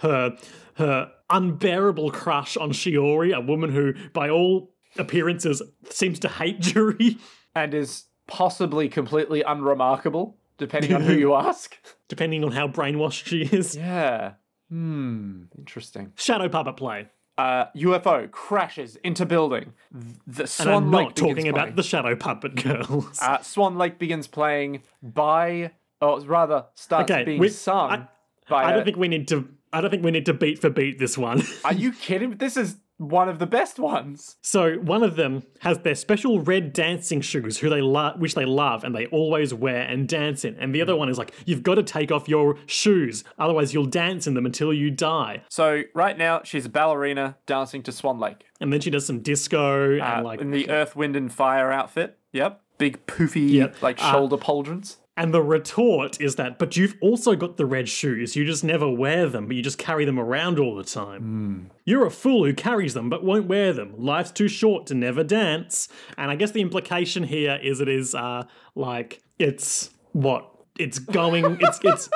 A: her her unbearable crush on Shiori, a woman who, by all appearances, seems to hate jury.
B: and is possibly completely unremarkable, depending on who you ask.
A: Depending on how brainwashed she is.
B: Yeah. Hmm. Interesting.
A: Shadow puppet play.
B: Uh, UFO crashes into building. Th- The
A: And
B: Swan
A: I'm
B: Lake
A: not talking
B: begins
A: about
B: playing.
A: the shadow puppet girls.
B: Uh, Swan Lake begins playing by, or rather, starts
A: Okay,
B: being
A: we-
B: sung
A: I-
B: by.
A: I
B: a-
A: don't think we need to I don't think we need to beat for beat this one.
B: Are you kidding? This is one of the best ones.
A: So one of them has their special red dancing shoes, who they lo- which they love and they always wear and dance in. And the other one is like, you've got to take off your shoes, otherwise you'll dance in them until you die.
B: So right now she's a ballerina dancing to Swan Lake
A: And then she does some disco
B: uh,
A: and like,
B: in the Earth, Wind, and Fire outfit. Yep, big poofy
A: Yep.
B: like
A: Uh,
B: shoulder pauldrons.
A: and the retort is that, but you've also got the red shoes. You just never wear them, but you just carry them around all the time. You're a fool who carries them but won't wear them. Life's too short to never dance. And I guess the implication here is it is uh like it's what it's going it's it's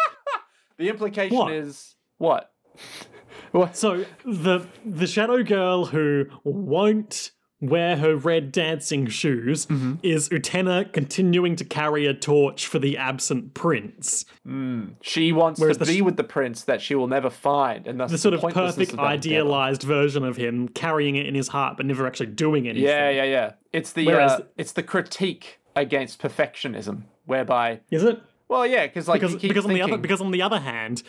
B: The implication
A: What?
B: is what? what?
A: So the the shadow girl who won't wear her red dancing shoes is Utena continuing to carry a torch for the absent prince.
B: She wants to
A: the
B: be with the prince that she will never find, and that's
A: The sort of perfect
B: pointlessness that endeavor.
A: idealized version of him carrying it in his heart but never actually doing anything.
B: Yeah, yeah, yeah. It's the
A: Whereas-
B: uh, it's the critique against perfectionism, whereby
A: Is it?
B: well, yeah, because like
A: Because,
B: you keep
A: because on the other
B: thinking- Hmm.
A: because on the other hand,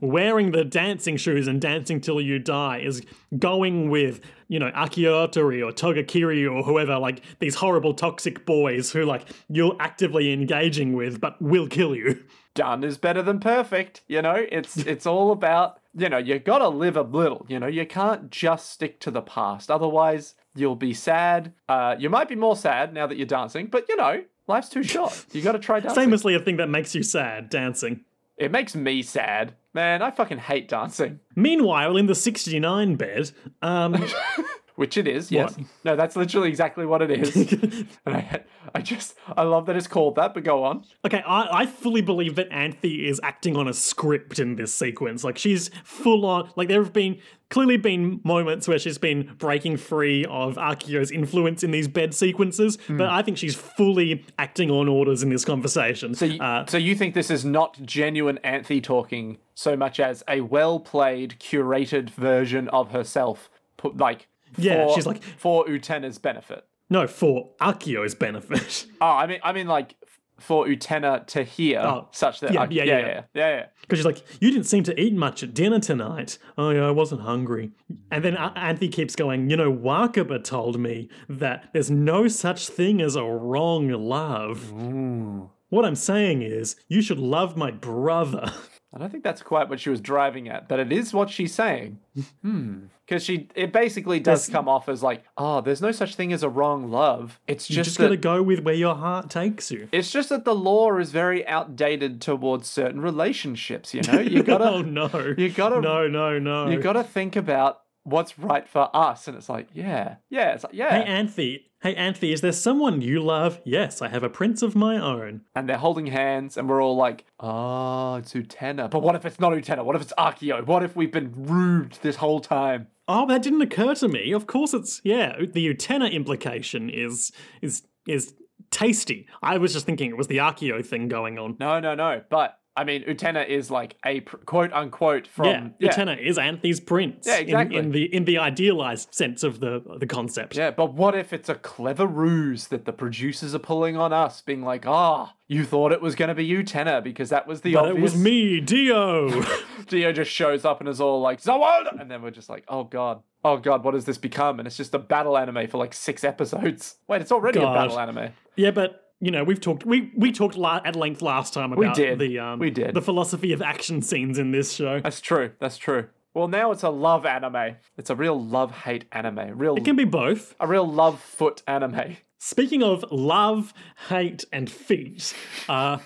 A: wearing the dancing shoes and dancing till you die is going with you know Akiotori or Togakiri or whoever like these horrible toxic boys who like you're actively engaging with but will kill you.
B: done is better than perfect. You know, it's it's all about you know you gotta live a little. You know, you can't just stick to the past, otherwise you'll be sad. Uh, you might be more sad now that you're dancing, but you know, life's too short. You gotta try dancing.
A: Famously, a thing that makes you sad, dancing.
B: It makes me sad, man. I fucking hate dancing,
A: Meanwhile, in the '69 bed, um,
B: which it is. Yes, no, that's literally exactly what it is. and I, I just, I love that it's called that. But go on.
A: Okay, I, I fully believe that Anthe is acting on a script in this sequence. Like she's full on. Like there have been clearly been moments where she's been breaking free of Akio's influence in these bed sequences, but I think she's fully acting on orders in this conversation.
B: So, you, so you think this is not genuine Anthe talking so much as a well played, curated version of herself, put like
A: Yeah,
B: for,
A: she's like-
B: for Utena's benefit.
A: no, for Akio's benefit,
B: Oh, I mean, I mean like f- for Utena to hear such that.
A: Oh, yeah,
B: I-
A: yeah,
B: yeah,
A: yeah,
B: yeah,
A: yeah.
B: yeah, yeah.
A: because she's like, "You didn't seem to eat much at dinner tonight." Oh yeah, I wasn't hungry. And then A- Anthe keeps going. You know, Wakaba told me that there's no such thing as a wrong love. What I'm saying is, you should love my brother.
B: I don't think that's quite what she was driving at, but it is what she's saying. Hmm. Because she, it basically does
A: There's-
B: come off as like, oh, there's no such thing as a wrong love. It's
A: You're
B: just,
A: just
B: that,
A: gonna go with where your heart takes you.
B: it's just that the law is very outdated towards certain relationships. You know, you gotta,
A: oh no!
B: you gotta,
A: no, no, Oh, no.
B: you gotta think about what's right for us. And it's like, yeah, yeah, it's like, yeah.
A: Hey, Anthe. Hey, Anthe, is there someone you love? Yes, I have a prince of my own.
B: and they're holding hands, and we're all like, oh, it's Utena. But what if it's not Utena? What if it's Akio? What if we've been rude this whole time?
A: Oh, that didn't occur to me. Of course, it's yeah. The Utena implication is is is tasty. I was just thinking it was the Archeo thing going on.
B: No, no, no. But I mean, Utena is like a pr- quote unquote
A: yeah,
B: from Oh, yeah, yeah.
A: Utena is Anthe's prince.
B: Yeah,
A: in-
B: exactly.
A: In, the in the idealized sense of the the concept.
B: but what if it's a clever ruse that the producers are pulling on us, being like, ah, you thought it was going to be Utena because that was the
A: But
B: obvious.
A: it was me, Dio.
B: Dio just shows up and is all like, Zawold! And then we're just like, oh god, oh god, what has this become? And it's just a battle anime for like six episodes. Wait, it's already a
A: God.
B: battle anime.
A: yeah, but you know we've talked we we talked la- at length last time about
B: did.
A: the um
B: We did.
A: the philosophy of action scenes in this show.
B: That's true. That's true. Well, now it's a love anime. It's a real love hate anime. Real,
A: It can be both.
B: a real love foot anime.
A: Speaking of love, hate, and feet, uh,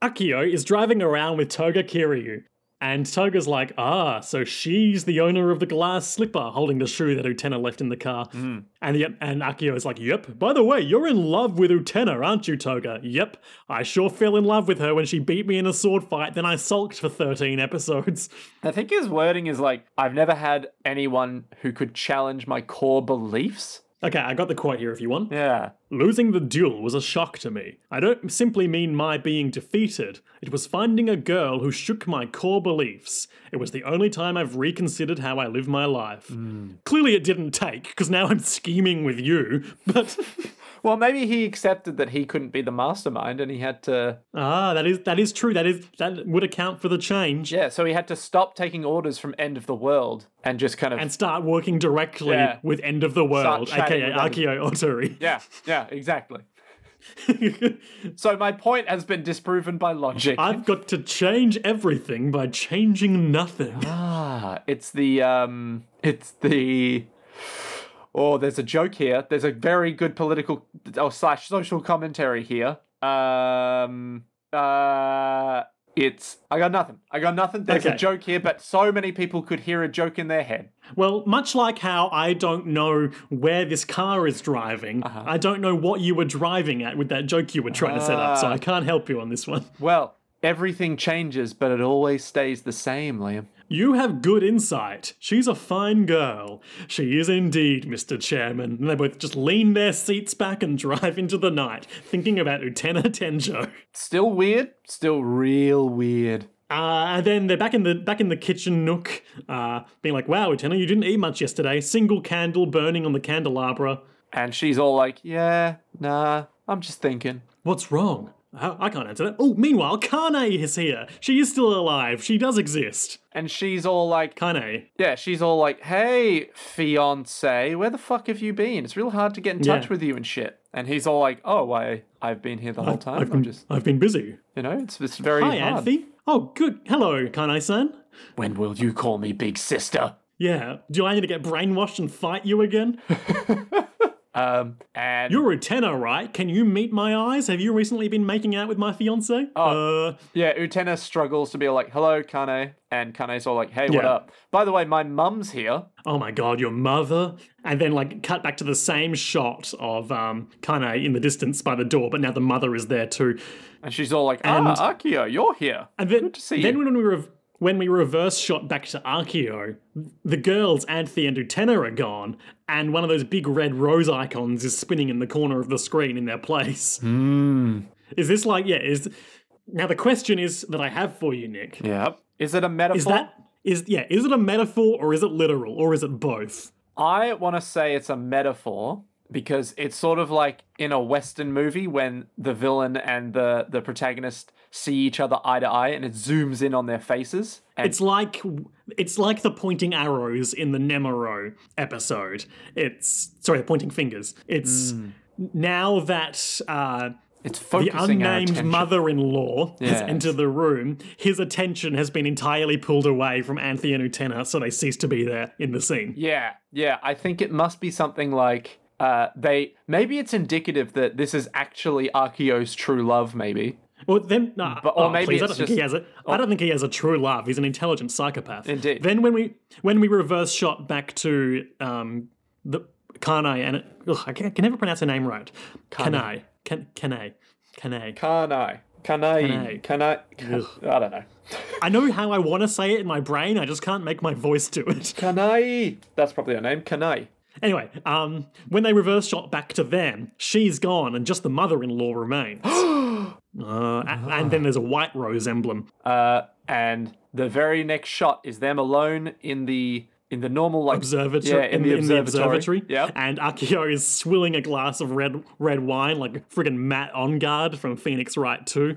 A: Akio is driving around with Toga Kiryu. And Toga's like, ah, so she's the owner of the glass slipper holding the shoe that Utena left in the car. And, the, and Akio is like, yep, by the way, you're in love with Utena, aren't you, Toga? Yep, I sure fell in love with her when she beat me in a sword fight, then I sulked for 13 episodes.
B: I think his wording is like, I've never had anyone who could challenge my core beliefs.
A: Okay, I got the quote here if you want.
B: Yeah.
A: Losing the duel was a shock to me. I don't simply mean my being defeated. It was finding a girl who shook my core beliefs. It was the only time I've reconsidered how I live my life. Clearly, it didn't take, because now I'm scheming with you, but.
B: Well, maybe he accepted that he couldn't be the mastermind and he had to.
A: ah, that is that is true. That is that would account for the change.
B: Yeah, so he had to stop taking orders from End of the World and just kind of.
A: And start working directly
B: Yeah.
A: with End of the World,
B: chatting
A: aka
B: with
A: Akio Otori.
B: yeah, yeah, exactly. So my point has been disproven by logic.
A: I've got to change everything by changing nothing.
B: Ah, it's the um, it's the. Oh, there's a joke here. There's a very good political oh, slash social commentary here. Um, uh, it's I got nothing. I got nothing. There's a
A: Okay.
B: joke here, but so many people could hear a joke in their head.
A: Well, much like how I don't know where this car is driving, I don't know what you were driving at with that joke you were trying to set up, so I can't help you on this one.
B: Well, everything changes, but it always stays the same, Liam.
A: You have good insight. She's a fine girl. She is indeed, Mr. Chairman. And they both just lean their seats back and drive into the night, thinking about Utena Tenjo.
B: Still weird. Still real weird.
A: Uh, and then they're back in the back in the kitchen nook, uh, being like, "Wow, Utena, you didn't eat much yesterday. Single candle burning on the candelabra.
B: And she's all like, "Yeah, nah, I'm just thinking."
A: What's wrong? I, I can't answer that. Oh, meanwhile, Kane is here. She is still alive. She does exist.
B: And she's all like,
A: Kane.
B: Yeah, she's all like, "Hey, fiance, where the fuck have you been? It's real hard to get in touch
A: Yeah.
B: with you and shit." And he's all like, "Oh, why? I've been here the whole time.
A: I've
B: I'm
A: been,
B: just,
A: I've been busy.
B: you know, it's it's very
A: Hi,
B: hard."
A: Anthe. Oh, good. Hello, Kane-san.
B: When will you call me big sister?
A: Yeah. Do I need to get brainwashed and fight you again?
B: Um, and
A: You're a tenor, right? Can you meet my eyes? Have you recently been making out with my fiance?
B: Oh.
A: Uh,
B: yeah, Utena struggles to be like, "Hello, Kane," and Kane's all like, "Hey, what
A: Yeah.
B: up? By the way, my mum's here."
A: oh my god, your mother. And then like cut back to the same shot of um Kane in the distance by the door, but now the mother is there too.
B: And she's all like, "Ah, Akio, you're here."
A: And then,
B: to see
A: then
B: you.
A: when we rev- when we reverse shot back to Archeo, the girls Anthe and Utena are gone, and one of those big red rose icons is spinning in the corner of the screen in their place.
B: Hmm.
A: Is this like yeah? Is now the question is that I have for you, Nick?
B: Yep. Is it a metaphor?
A: Is that is yeah? Is it a metaphor or is it literal or is it both?
B: I want to say it's a metaphor because it's sort of like in a Western movie when the villain and the, the protagonist see each other eye to eye and it zooms in on their faces. And
A: It's like it's like the pointing arrows in the Nemero
B: Hmm.
A: episode. It's sorry, the pointing fingers. It's now that uh,
B: It's
A: The
B: focusing our
A: unnamed
B: attention.
A: mother in law has
B: Yes.
A: entered the room. His attention has been entirely pulled away from Anthea and Utena, so they cease to be there in the scene.
B: Yeah, yeah. I think it must be something like uh, they. Maybe it's indicative that this is actually Akio's true love. Maybe
A: Well, then, nah,
B: But- or
A: oh,
B: maybe
A: please, I
B: it's
A: don't think he
B: just- oh.
A: has a. I don't think he has a true love. He's an intelligent psychopath.
B: Indeed.
A: Then when we when we reverse shot back to um the Kanai and ugh, I can, I can never pronounce her name right. Kanai. Kan Kanai. Kanai.
B: Kanai, Kanai, Kanai. I don't know.
A: I know how I want to say it in my brain. I just can't make my voice do it.
B: Kanai. That's probably her name. Kanai.
A: Anyway, um, when they reverse shot back to them, she's gone and just the mother-in-law remains. uh, a- and then there's a white rose emblem.
B: Uh, and the very next shot is them alone in the in the normal like
A: observatory.
B: Yeah, in, the, observatory. Yeah.
A: And Akio is swilling a glass of red red wine like friggin' Matt Ongard from Phoenix Wright 2.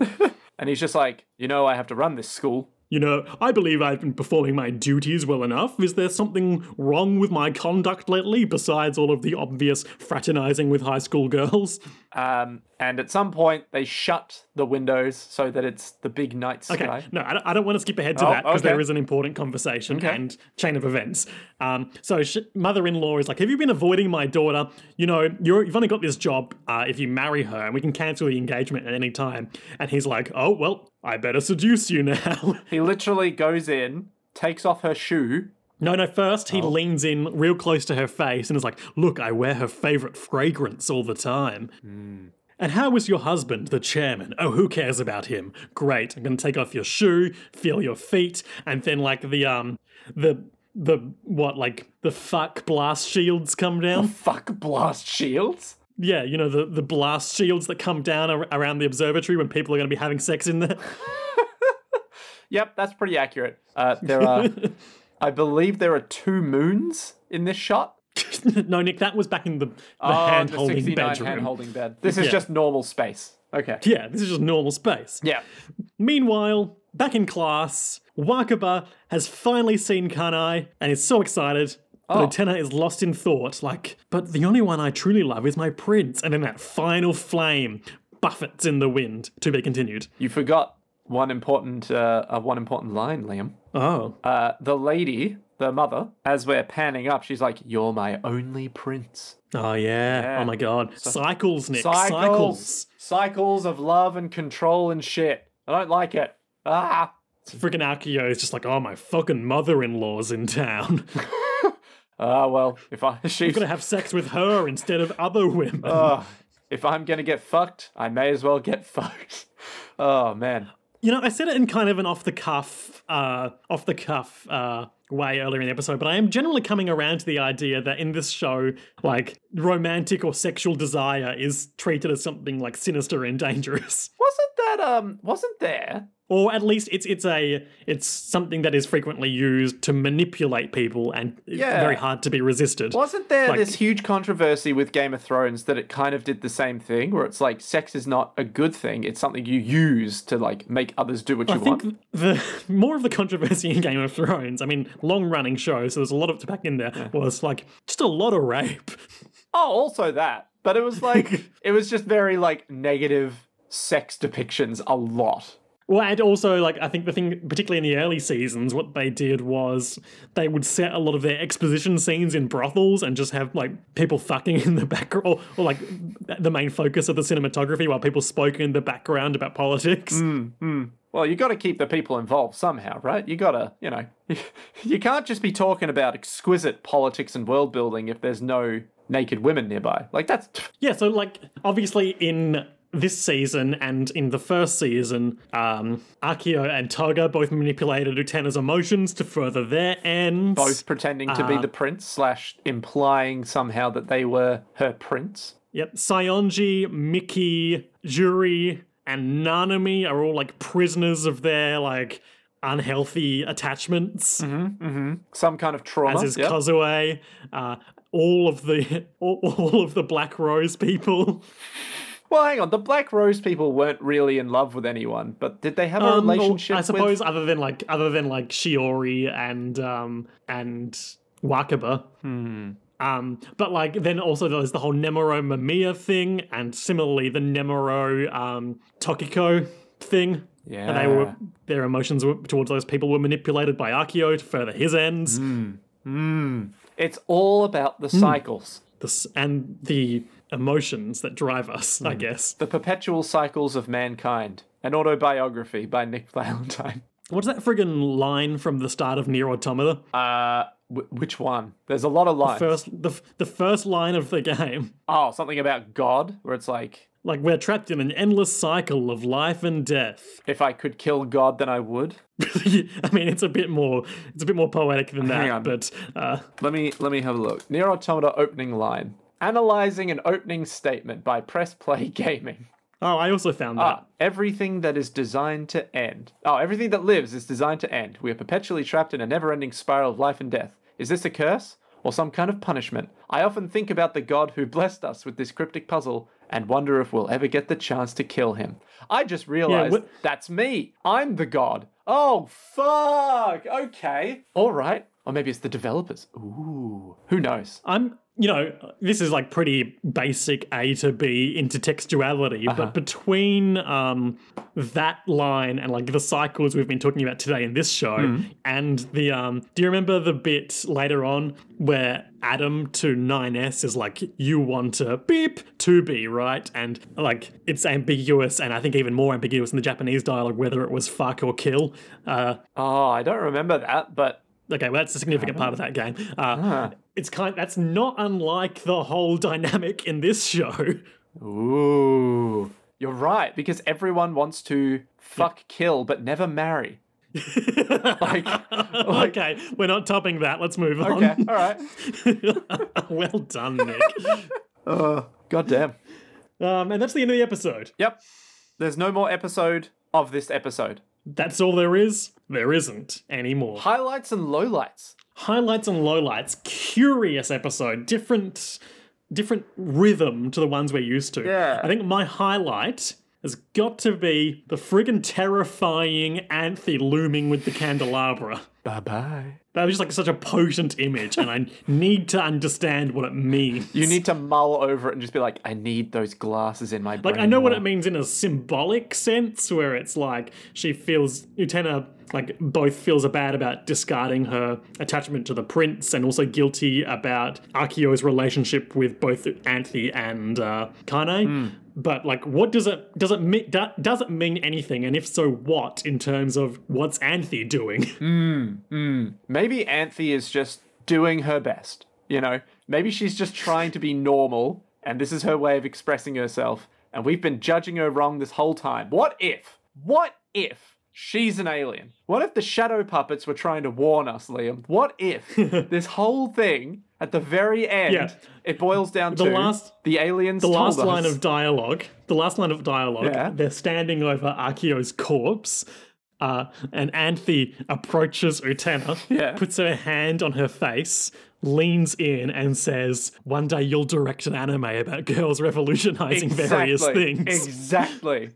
B: And he's just like, you know, I have to run this school.
A: you know, I believe I've been performing my duties well enough. Is there something wrong with my conduct lately besides all of the obvious fraternizing with high school girls?
B: Um, and at some point, they shut the windows so that it's the big night
A: Okay.
B: sky.
A: No, I don't, I don't want to skip ahead to that because
B: okay.
A: there is an important conversation and chain of events. Um, so sh- mother-in-law is like, "Have you been avoiding my daughter? You know, you're, you've only got this job uh, if you marry her, and we can cancel the engagement at any time." And he's like, "Oh well, I better seduce you now."
B: He literally goes in, takes off her shoe.
A: no, no. First,
B: Oh.
A: he leans in real close to her face and is like, "Look, I wear her favorite fragrance all the time."
B: Hmm.
A: And how is your husband, the chairman? Oh, who cares about him? Great. I'm going to take off your shoe, feel your feet, and then like the um the the what like the fuck blast shields come down.
B: Fuck blast shields.
A: Yeah, you know the the blast shields that come down ar- around the observatory when people are going to be having sex in there.
B: Yep, that's pretty accurate. Uh, there are, I believe, there are two moons in this shot.
A: no, Nick, that was back in the, the
B: Oh,
A: hand
B: the
A: holding
B: 69
A: bedroom.
B: hand-holding bed. This is
A: Yeah.
B: just normal space. Okay.
A: yeah, this is just normal space.
B: Yeah.
A: Meanwhile, back in class, Wakaba has finally seen Kanai and is so excited. But
B: Oh.
A: Utena is lost in thought, like, but the only one I truly love is my prince. And then that final flame buffets in the wind. To be continued.
B: You forgot one important, uh, uh, one important line, Liam.
A: Oh.
B: Uh, the lady, the mother, as we're panning up, she's like, "You're my only prince."
A: Oh, yeah.
B: Yeah.
A: Oh, my God. cycles, Nick.
B: Cycles,
A: Cycles.
B: cycles, of love and control and shit. I don't like it. Ah.
A: Freaking Akio is just like, oh, my fucking mother in law's in town. I'm
B: Ah, well, if I she's
A: going to have sex with her instead of other women.
B: Ugh. if I'm gonna get fucked, I may as well get fucked. Oh man.
A: You know, I said it in kind of an off the cuff, uh, off the cuff uh, way earlier in the episode, but I am generally coming around to the idea that in this show, like romantic or sexual desire is treated as something like sinister and dangerous,
B: Wasn't that um? Wasn't there?
A: or at least it's it's a it's something that is frequently used to manipulate people and it's
B: Yeah.
A: very hard to be resisted.
B: Wasn't there
A: Like-
B: this huge controversy with Game of Thrones that it kind of did the same thing, where it's like sex is not a good thing; it's something you use to like make others do what you
A: I think
B: want.
A: the more of the controversy in Game of Thrones, I mean, long running show, so there's a lot of tobacco in there, was like just a lot of rape.
B: Oh, also that, but it was like it was just very like negative sex depictions a lot.
A: Well, and also, like, I think the thing, particularly in the early seasons, what they did was they would set a lot of their exposition scenes in brothels and just have, like, people fucking in the background, or, or, like, the main focus of the cinematography while people spoke in the background about politics.
B: Hmm. Well, you got to keep the people involved somehow, right? You got to, you know, you can't just be talking about exquisite politics and world building if there's no naked women nearby. Like that's
A: Yeah, so, like, obviously in this season and in the first season, um, Akio and Toga both manipulated Utena's emotions to further their ends.
B: both pretending to
A: Uh-huh.
B: be the prince slash implying somehow that they were her prince.
A: Yep. Sionji, Mickey, Juri, and Nanami are all like prisoners of their like unhealthy attachments,
B: Some kind of trauma.
A: as is
B: yeah.
A: Kozue, uh, all of the all, all of the Black Rose people.
B: Well, hang on. The Black Rose people weren't really in love with anyone, but did they have a
A: Um, or-
B: relationship?
A: I
B: With...
A: suppose other than
B: Hmm.
A: like other than like Shiori and um and Wakaba. Um, but like then also there's the whole Nemoro Mamiya thing, and similarly the Nemoro um, Tokiko thing.
B: Yeah.
A: And they were their emotions were, towards those people were manipulated by Akio to further his ends.
B: Hmm. It's all about
A: Hmm.
B: the cycles,
A: The s and the emotions that drive us,
B: Hmm.
A: I guess.
B: the perpetual cycles of mankind. An autobiography by Nick Valentine.
A: What's that friggin' line from the start of Near Automata?
B: Uh, wh- which one? There's a lot of lines.
A: first, the f- the first line of the game.
B: Oh, something about God, where it's like,
A: Like we're trapped in an endless cycle of life and death.
B: if I could kill God, then I would.
A: I mean, it's a bit more it's a bit more poetic than
B: Hang on.
A: that, but uh,
B: Let me let me have a look. Near Automata opening line. Analyzing an opening statement by Press Play Gaming.
A: oh, I also found that.
B: Ah, everything that is designed to end. Oh, everything that lives is designed to end. We are perpetually trapped in a never ending spiral of life and death. Is this a curse? Or some kind of punishment? I often think about the God who blessed us with this cryptic puzzle and wonder if we'll ever get the chance to kill him. I just realized
A: what-
B: that's me. I'm the God. Oh, fuck. Okay. All right. Or maybe it's the developers. Ooh. Who knows?
A: I'm, you know, this is like pretty basic A to B intertextuality, but between um, that line and like the cycles we've been talking about today in this show, and the, um, do you remember the bit later on where Adam to 9S is like, you want to beep to be, right? And like, it's ambiguous, and I think even more ambiguous in the Japanese dialogue whether it was fuck or kill. Uh,
B: Oh, I don't remember that, but
A: Okay, well, that's a significant part of that game. Uh, It's kind. That's not unlike the whole dynamic in this show.
B: Ooh. You're right, because everyone wants to fuck kill but never marry. like, like
A: okay, we're not topping that. Let's move on.
B: okay, all right.
A: well done, Nick. Uh,
B: God damn.
A: um, and that's the end of the episode.
B: Yep. There's no more episode of this episode.
A: That's all there is. There isn't anymore.
B: Highlights and lowlights.
A: Highlights and lowlights. Curious episode. Different, different rhythm to the ones we're used to.
B: Yeah.
A: I think my highlight. Has got to be the friggin' terrifying Anthe looming with the candelabra.
B: Bye-bye.
A: That was just like such a potent image, and I need to understand what it means.
B: You need to mull over it and just be like, I need those glasses in my brain.
A: like I know what
B: more."
A: it means in a symbolic sense, where it's like she feels Utena like both feels bad about discarding her attachment to the prince, and also guilty about Akio's relationship with both Anthe and uh, Kane. But like, what does it does it mean? Do, does it mean anything? And if so, what in terms of what's Anthe doing?
B: Maybe Anthe is just doing her best. You know, maybe she's just trying to be normal, and this is her way of expressing herself, and we've been judging her wrong this whole time. What if? What if she's an alien? What if the shadow puppets were trying to warn us, Liam? What if this whole thing at the very end
A: Yeah.
B: it boils down
A: The
B: to
A: last-
B: the aliens?
A: the last
B: told us.
A: line of dialogue the last line of dialogue
B: Yeah.
A: they're standing over akio's corpse uh, and anthe approaches utena
B: Yeah.
A: puts her hand on her face leans in and says one day you'll direct an anime about girls revolutionizing various things
B: Exactly.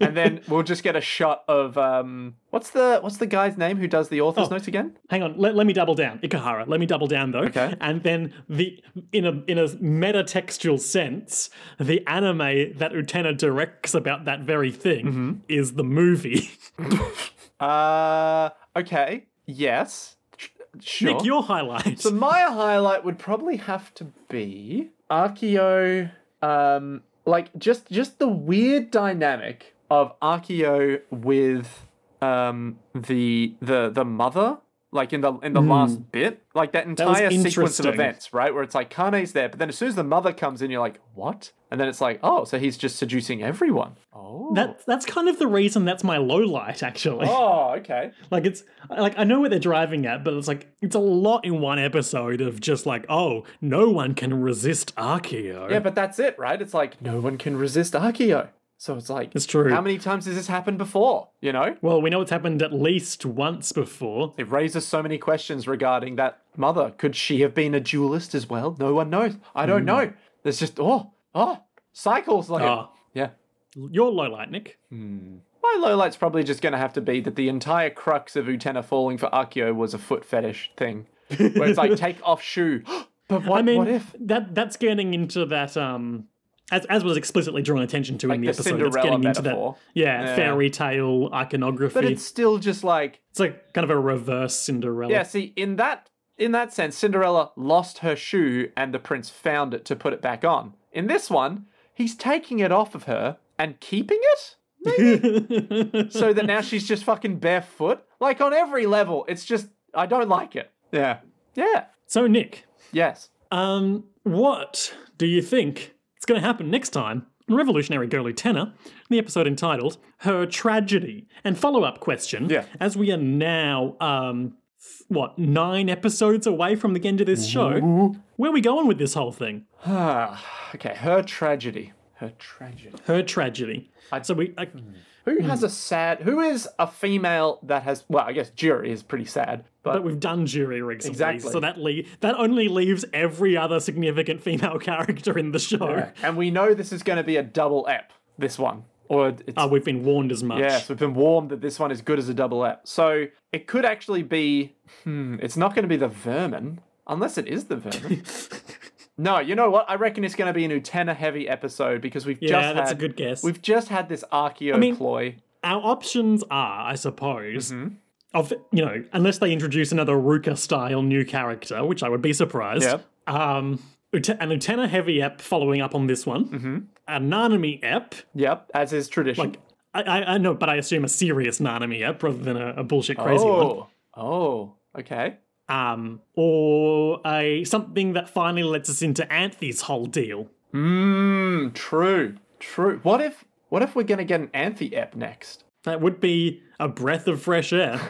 B: and then we'll just get a shot of um what's the what's the guy's name who does the
A: Oh.
B: author's notes again?
A: hang on let, let me double down ikahara let me double down though
B: Okay.
A: and then the in a in a metatextual sense the anime that utena directs about that very thing
B: Mm-hmm.
A: is the movie
B: Uh okay. Yes. Sh- Sure.
A: Nick, your highlight.
B: So my highlight would probably have to be Archeo. Um, like just just the weird dynamic of Archeo with um the the the mother. Like in the in the last bit, like that
A: Hmm. was
B: entire sequence of
A: interesting.
B: events, right? Where it's like Kane's there, but then as soon as the mother comes in, you're like, what? And then it's like, oh, so he's just seducing everyone. Oh,
A: That that's kind of the reason that's my low light actually.
B: oh, okay.
A: Like it's like I know what they're driving at, but it's like it's a lot in one episode of just like oh no one can resist Archeo.
B: Yeah, but that's it, right? It's like no one can resist Archeo. So it's like
A: It's true.
B: How many times has this happened before? You know,
A: Well, we know it's happened at least once before.
B: it raises so many questions regarding that mother. Could she have been a duelist as well? No one knows. I
A: Hmm.
B: don't know. There's just oh oh cycles like it.
A: Ah.
B: yeah.
A: Your low light, Nick.
B: My lowlight's probably just going to have to be that the entire crux of Utena falling for Akio was a foot fetish thing, where it's like take off shoe. But what,
A: I mean,
B: what if?
A: that that's getting into that um, as as was explicitly drawn attention to in the,
B: the
A: episode. It's
B: Cinderella
A: getting
B: metaphor.
A: into that, yeah,
B: Yeah.
A: fairy tale iconography.
B: But it's
A: it's,
B: still just like
A: like kind of a reverse Cinderella.
B: Yeah, see, in that in that sense, Cinderella lost her shoe and the prince found it to put it back on. In this one, he's taking it off of her and keeping it? So that now she's just fucking barefoot? Like on every level, it's just I don't like it. Yeah. Yeah.
A: so Nick,
B: Yes.
A: um, what do you think is going to happen next time? on Revolutionary Girl Lieutenant, the episode entitled Her Tragedy. And follow up question
B: Yeah.
A: as we are now, um, what, nine episodes away from the end of this show? Where are we going with this whole thing?
B: Ah, okay, her tragedy. Her tragedy.
A: Her Tragedy. so we. I,
B: Who has a sad who is a female that has well, I guess Jury is pretty sad, but,
A: But we've done jury recently,
B: Exactly.
A: so that le- that only leaves every other significant female character in the show.
B: and we know this is gonna be a double ep, this one. Or it's
A: Uh, we've been warned as much.
B: Yes, we've been warned that this one is good as a double app. So it could actually be. Hmm, it's not going to be the vermin, unless it is the vermin. no, you know what? I reckon it's going to be an Utena heavy episode because we've
A: yeah,
B: just
A: that's
B: had,
A: a good guess.
B: we've just had this Archeo
A: mean-
B: ploy.
A: Our options are, I suppose,
B: Mm-hmm.
A: of you know, unless they introduce another Ruka style new character, which I would be surprised.
B: Yep.
A: Um, Ute- an Utena heavy ep following up on this one. Mm-hmm. A Nanami ep.
B: Yep, as is tradition.
A: I, I, I know, but I assume a serious Nanami ep rather than a, a bullshit crazy one.
B: oh, oh, okay.
A: um, or a something that finally lets us into Anthy's whole deal.
B: Hmm, true, true. What if what if we're going to get an Anthe app next?
A: That would be a breath of fresh air.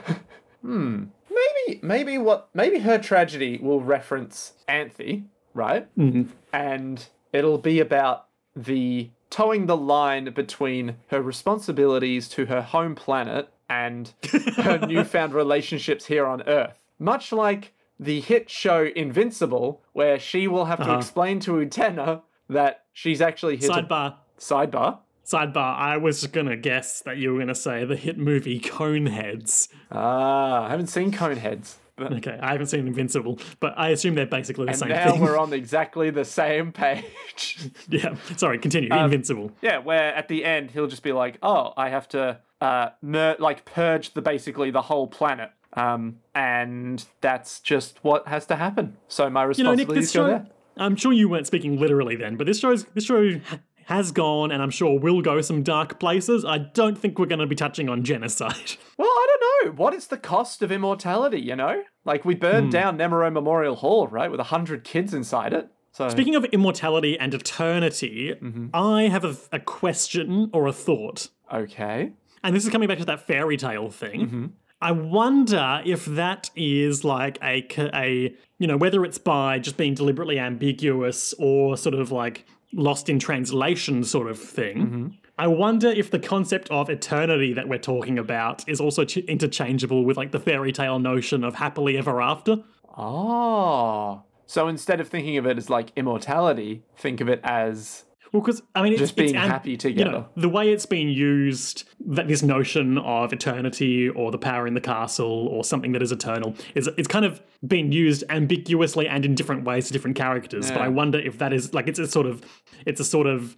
B: Maybe, maybe what, maybe her tragedy will reference Anthe, right?
A: Mm-hmm.
B: And it'll be about the towing the line between her responsibilities to her home planet and her newfound relationships here on Earth. Much like the hit show Invincible, where she will have
A: Uh-huh.
B: to explain to Utena that she's actually here to
A: Sidebar.
B: sidebar.
A: Sidebar, I was just gonna guess that you were gonna say the hit movie Coneheads.
B: Ah, I haven't seen Coneheads. But
A: Okay, I haven't seen Invincible, but I assume they're basically the same
B: now
A: thing.
B: we're on exactly the same page.
A: yeah, sorry, continue.
B: Um,
A: Invincible.
B: Yeah, where at the end he'll just be like, "Oh, I have to uh, mer- like purge the basically the whole planet," um, and that's just what has to happen. So my
A: You know, Nick, this
B: responsibilities go
A: show.
B: there.
A: I'm sure you weren't speaking literally then, but this show's this show ha- has gone, and I'm sure will go some dark places. I don't think we're gonna be touching on genocide.
B: Well, I don't know. What is the cost of immortality? You know, like we burned
A: Hmm.
B: down Nemero Memorial Hall, right, with a hundred kids inside it. So
A: Speaking of immortality and eternity,
B: Mm-hmm.
A: I have a, a question or a thought.
B: okay,
A: And this is coming back to that fairy tale thing. I wonder if that is like a, c- a, you know, whether it's by just being deliberately ambiguous or sort of like lost in translation sort of thing. I wonder if the concept of eternity that we're talking about is also ch- interchangeable with like the fairy tale notion of happily ever after.
B: oh, so instead of thinking of it as like immortality, think of it as
A: Well, because I mean, it's,
B: Just
A: it's
B: being
A: am-
B: happy
A: You
B: together.
A: know, the way it's been used, that this notion of eternity or the power in the castle or something that is eternal is it's kind of been used ambiguously and in different ways to different characters. But I wonder if that is like it's a sort of it's a sort of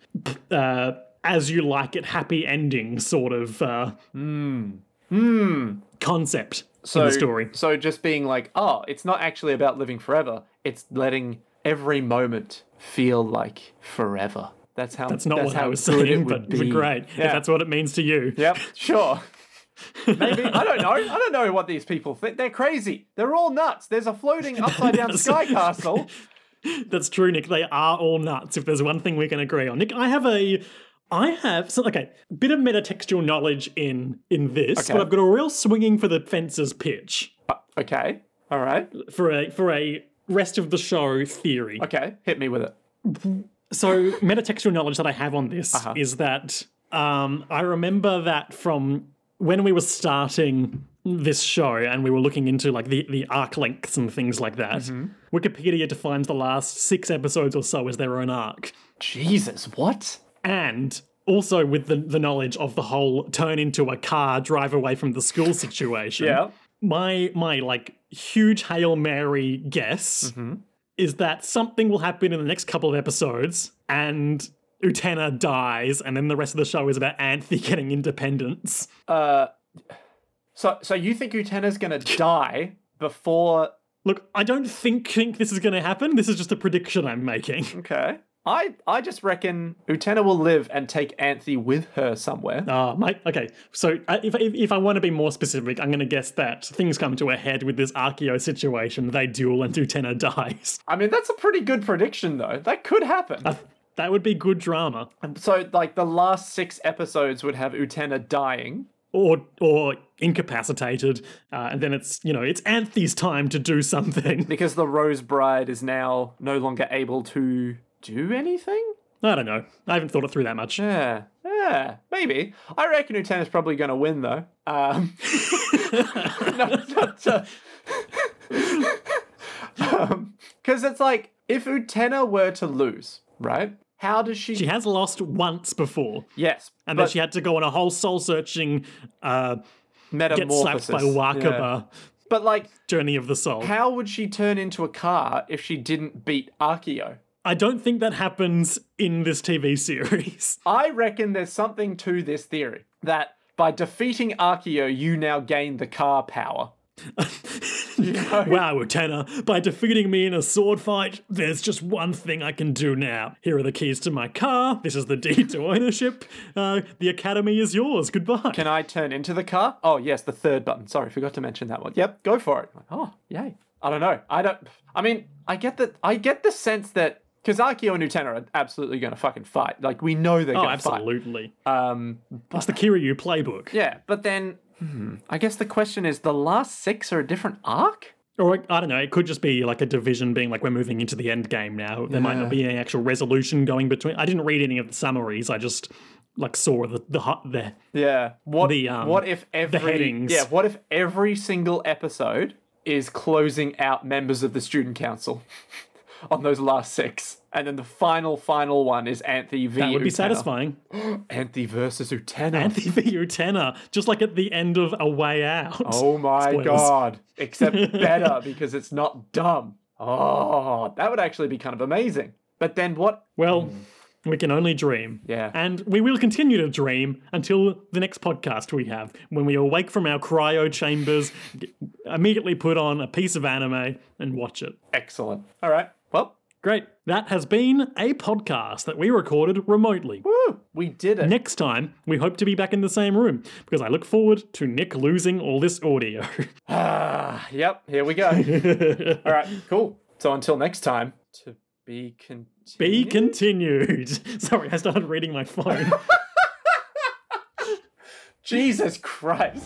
A: uh, as you like it happy ending sort of uh, concept
B: Hmm. so,
A: in the story.
B: So just being like, oh, it's not actually about living forever. It's letting every moment feel like forever. That's how.
A: It's not
B: that's
A: what
B: how
A: I was
B: good
A: saying,
B: it
A: but
B: would
A: but
B: be.
A: great if
B: Yeah.
A: that's what it means to you.
B: Yep. Sure. Maybe I don't know. I don't know what these people think. They're crazy. They're all nuts. There's a floating upside down sky castle.
A: That's true, Nick. They are all nuts. If there's one thing we can agree on, Nick, I have a, I have so okay, bit of metatextual knowledge in in this,
B: Okay.
A: but I've got a real swinging for the fences pitch
B: Uh, okay. All right.
A: for a for a rest of the show theory.
B: Okay. Hit me with it.
A: So metatextual knowledge that I have on this
B: Uh-huh.
A: is that um, I remember that from when we were starting this show and we were looking into like the, the arc lengths and things like that.
B: Mm-hmm.
A: Wikipedia defines the last six episodes or so as their own arc.
B: Jesus. What?
A: and also with the, the knowledge of the whole turn into a car drive away from the school situation
B: Yeah.
A: my my like huge hail mary guess is that something will happen in the next couple of episodes and Utena dies, and then the rest of the show is about Anthe getting independence.
B: Uh, so, so you think Utena's gonna die before?
A: Look, I don't think think this is going to happen. This is just a prediction I'm making.
B: Okay. I, I just reckon Utena will live and take Anthe with her somewhere.
A: Ah, Mike. Okay, so uh, if if, if I want to be more specific, I'm going to guess that things come to a head with this Archeo situation. They duel, and Utena dies.
B: I mean, that's a pretty good prediction, though. That could happen.
A: Uh, That would be good drama,
B: so, like, the last six episodes would have Utena dying.
A: or or incapacitated, uh, and then it's you know it's Anthe's time to do something.
B: because the Rose Bride is now no longer able to do anything?
A: I don't know. I haven't thought it through that much.
B: Yeah, yeah, maybe. I reckon Utena's probably going to win, though. Um, no, not, uh, um, because it's like, if Utena were to lose, right? How does she.
A: She has lost once before,
B: yes.
A: and then
B: but
A: she had to go on a whole soul searching, uh, get
B: metamorphosis.
A: slapped by
B: Yeah.
A: Wakaba
B: But, like,
A: journey of the soul.
B: how would she turn into a car if she didn't beat Archeo?
A: I don't think that happens in this TV series.
B: I reckon there's something to this theory that by defeating Archeo, you now gain the car power.
A: Wow, Utena, by defeating me in a sword fight, there's just one thing I can do now. Here are the keys to my car. This is the deed to ownership. Uh, the academy is yours. Goodbye.
B: Can I turn into the car? Oh yes, the third button. Sorry, forgot to mention that one. Yep, go for it. Oh, yay. I don't know. I don't I mean, I get that I get the sense that because Archeo and Utena are absolutely gonna fucking fight. Like we know they're
A: oh,
B: gonna
A: absolutely.
B: fight. Um
A: That's the Kiryu playbook.
B: yeah, but then hmm, I guess the question is the last six are a different arc?
A: Or, I don't know, it could just be like a division being like, we're moving into the end game now. There might not be any actual resolution going between. I didn't read any of the summaries. I just like saw the the, hu- the
B: Yeah. What
A: The, um,
B: what if every
A: headings.
B: Yeah, what if every single episode is closing out members of the student council on those last six? And then the final final one is Anthe v.
A: that would be
B: Utena.
A: satisfying.
B: Anthe versus Utena.
A: Anthe the Utena, just like at the end of A Way Out.
B: Oh my
A: Spoilers.
B: god. Except better because it's not dumb. Oh, that would actually be kind of amazing. But then what
A: Well, we can only dream.
B: Mm. Yeah.
A: And we will continue to dream until the next podcast we have, when we awake from our cryo chambers, g- immediately put on a piece of anime and watch it.
B: excellent. All right. Well,
A: Great. That has been a podcast that we recorded remotely.
B: woo, we did it.
A: Next time, we hope to be back in the same room because I look forward to Nick losing all this audio.
B: Ah, yep, here we go. All right, cool. So until next time, to be continued.
A: be continued. Sorry, I started reading my phone.
B: Jesus Christ.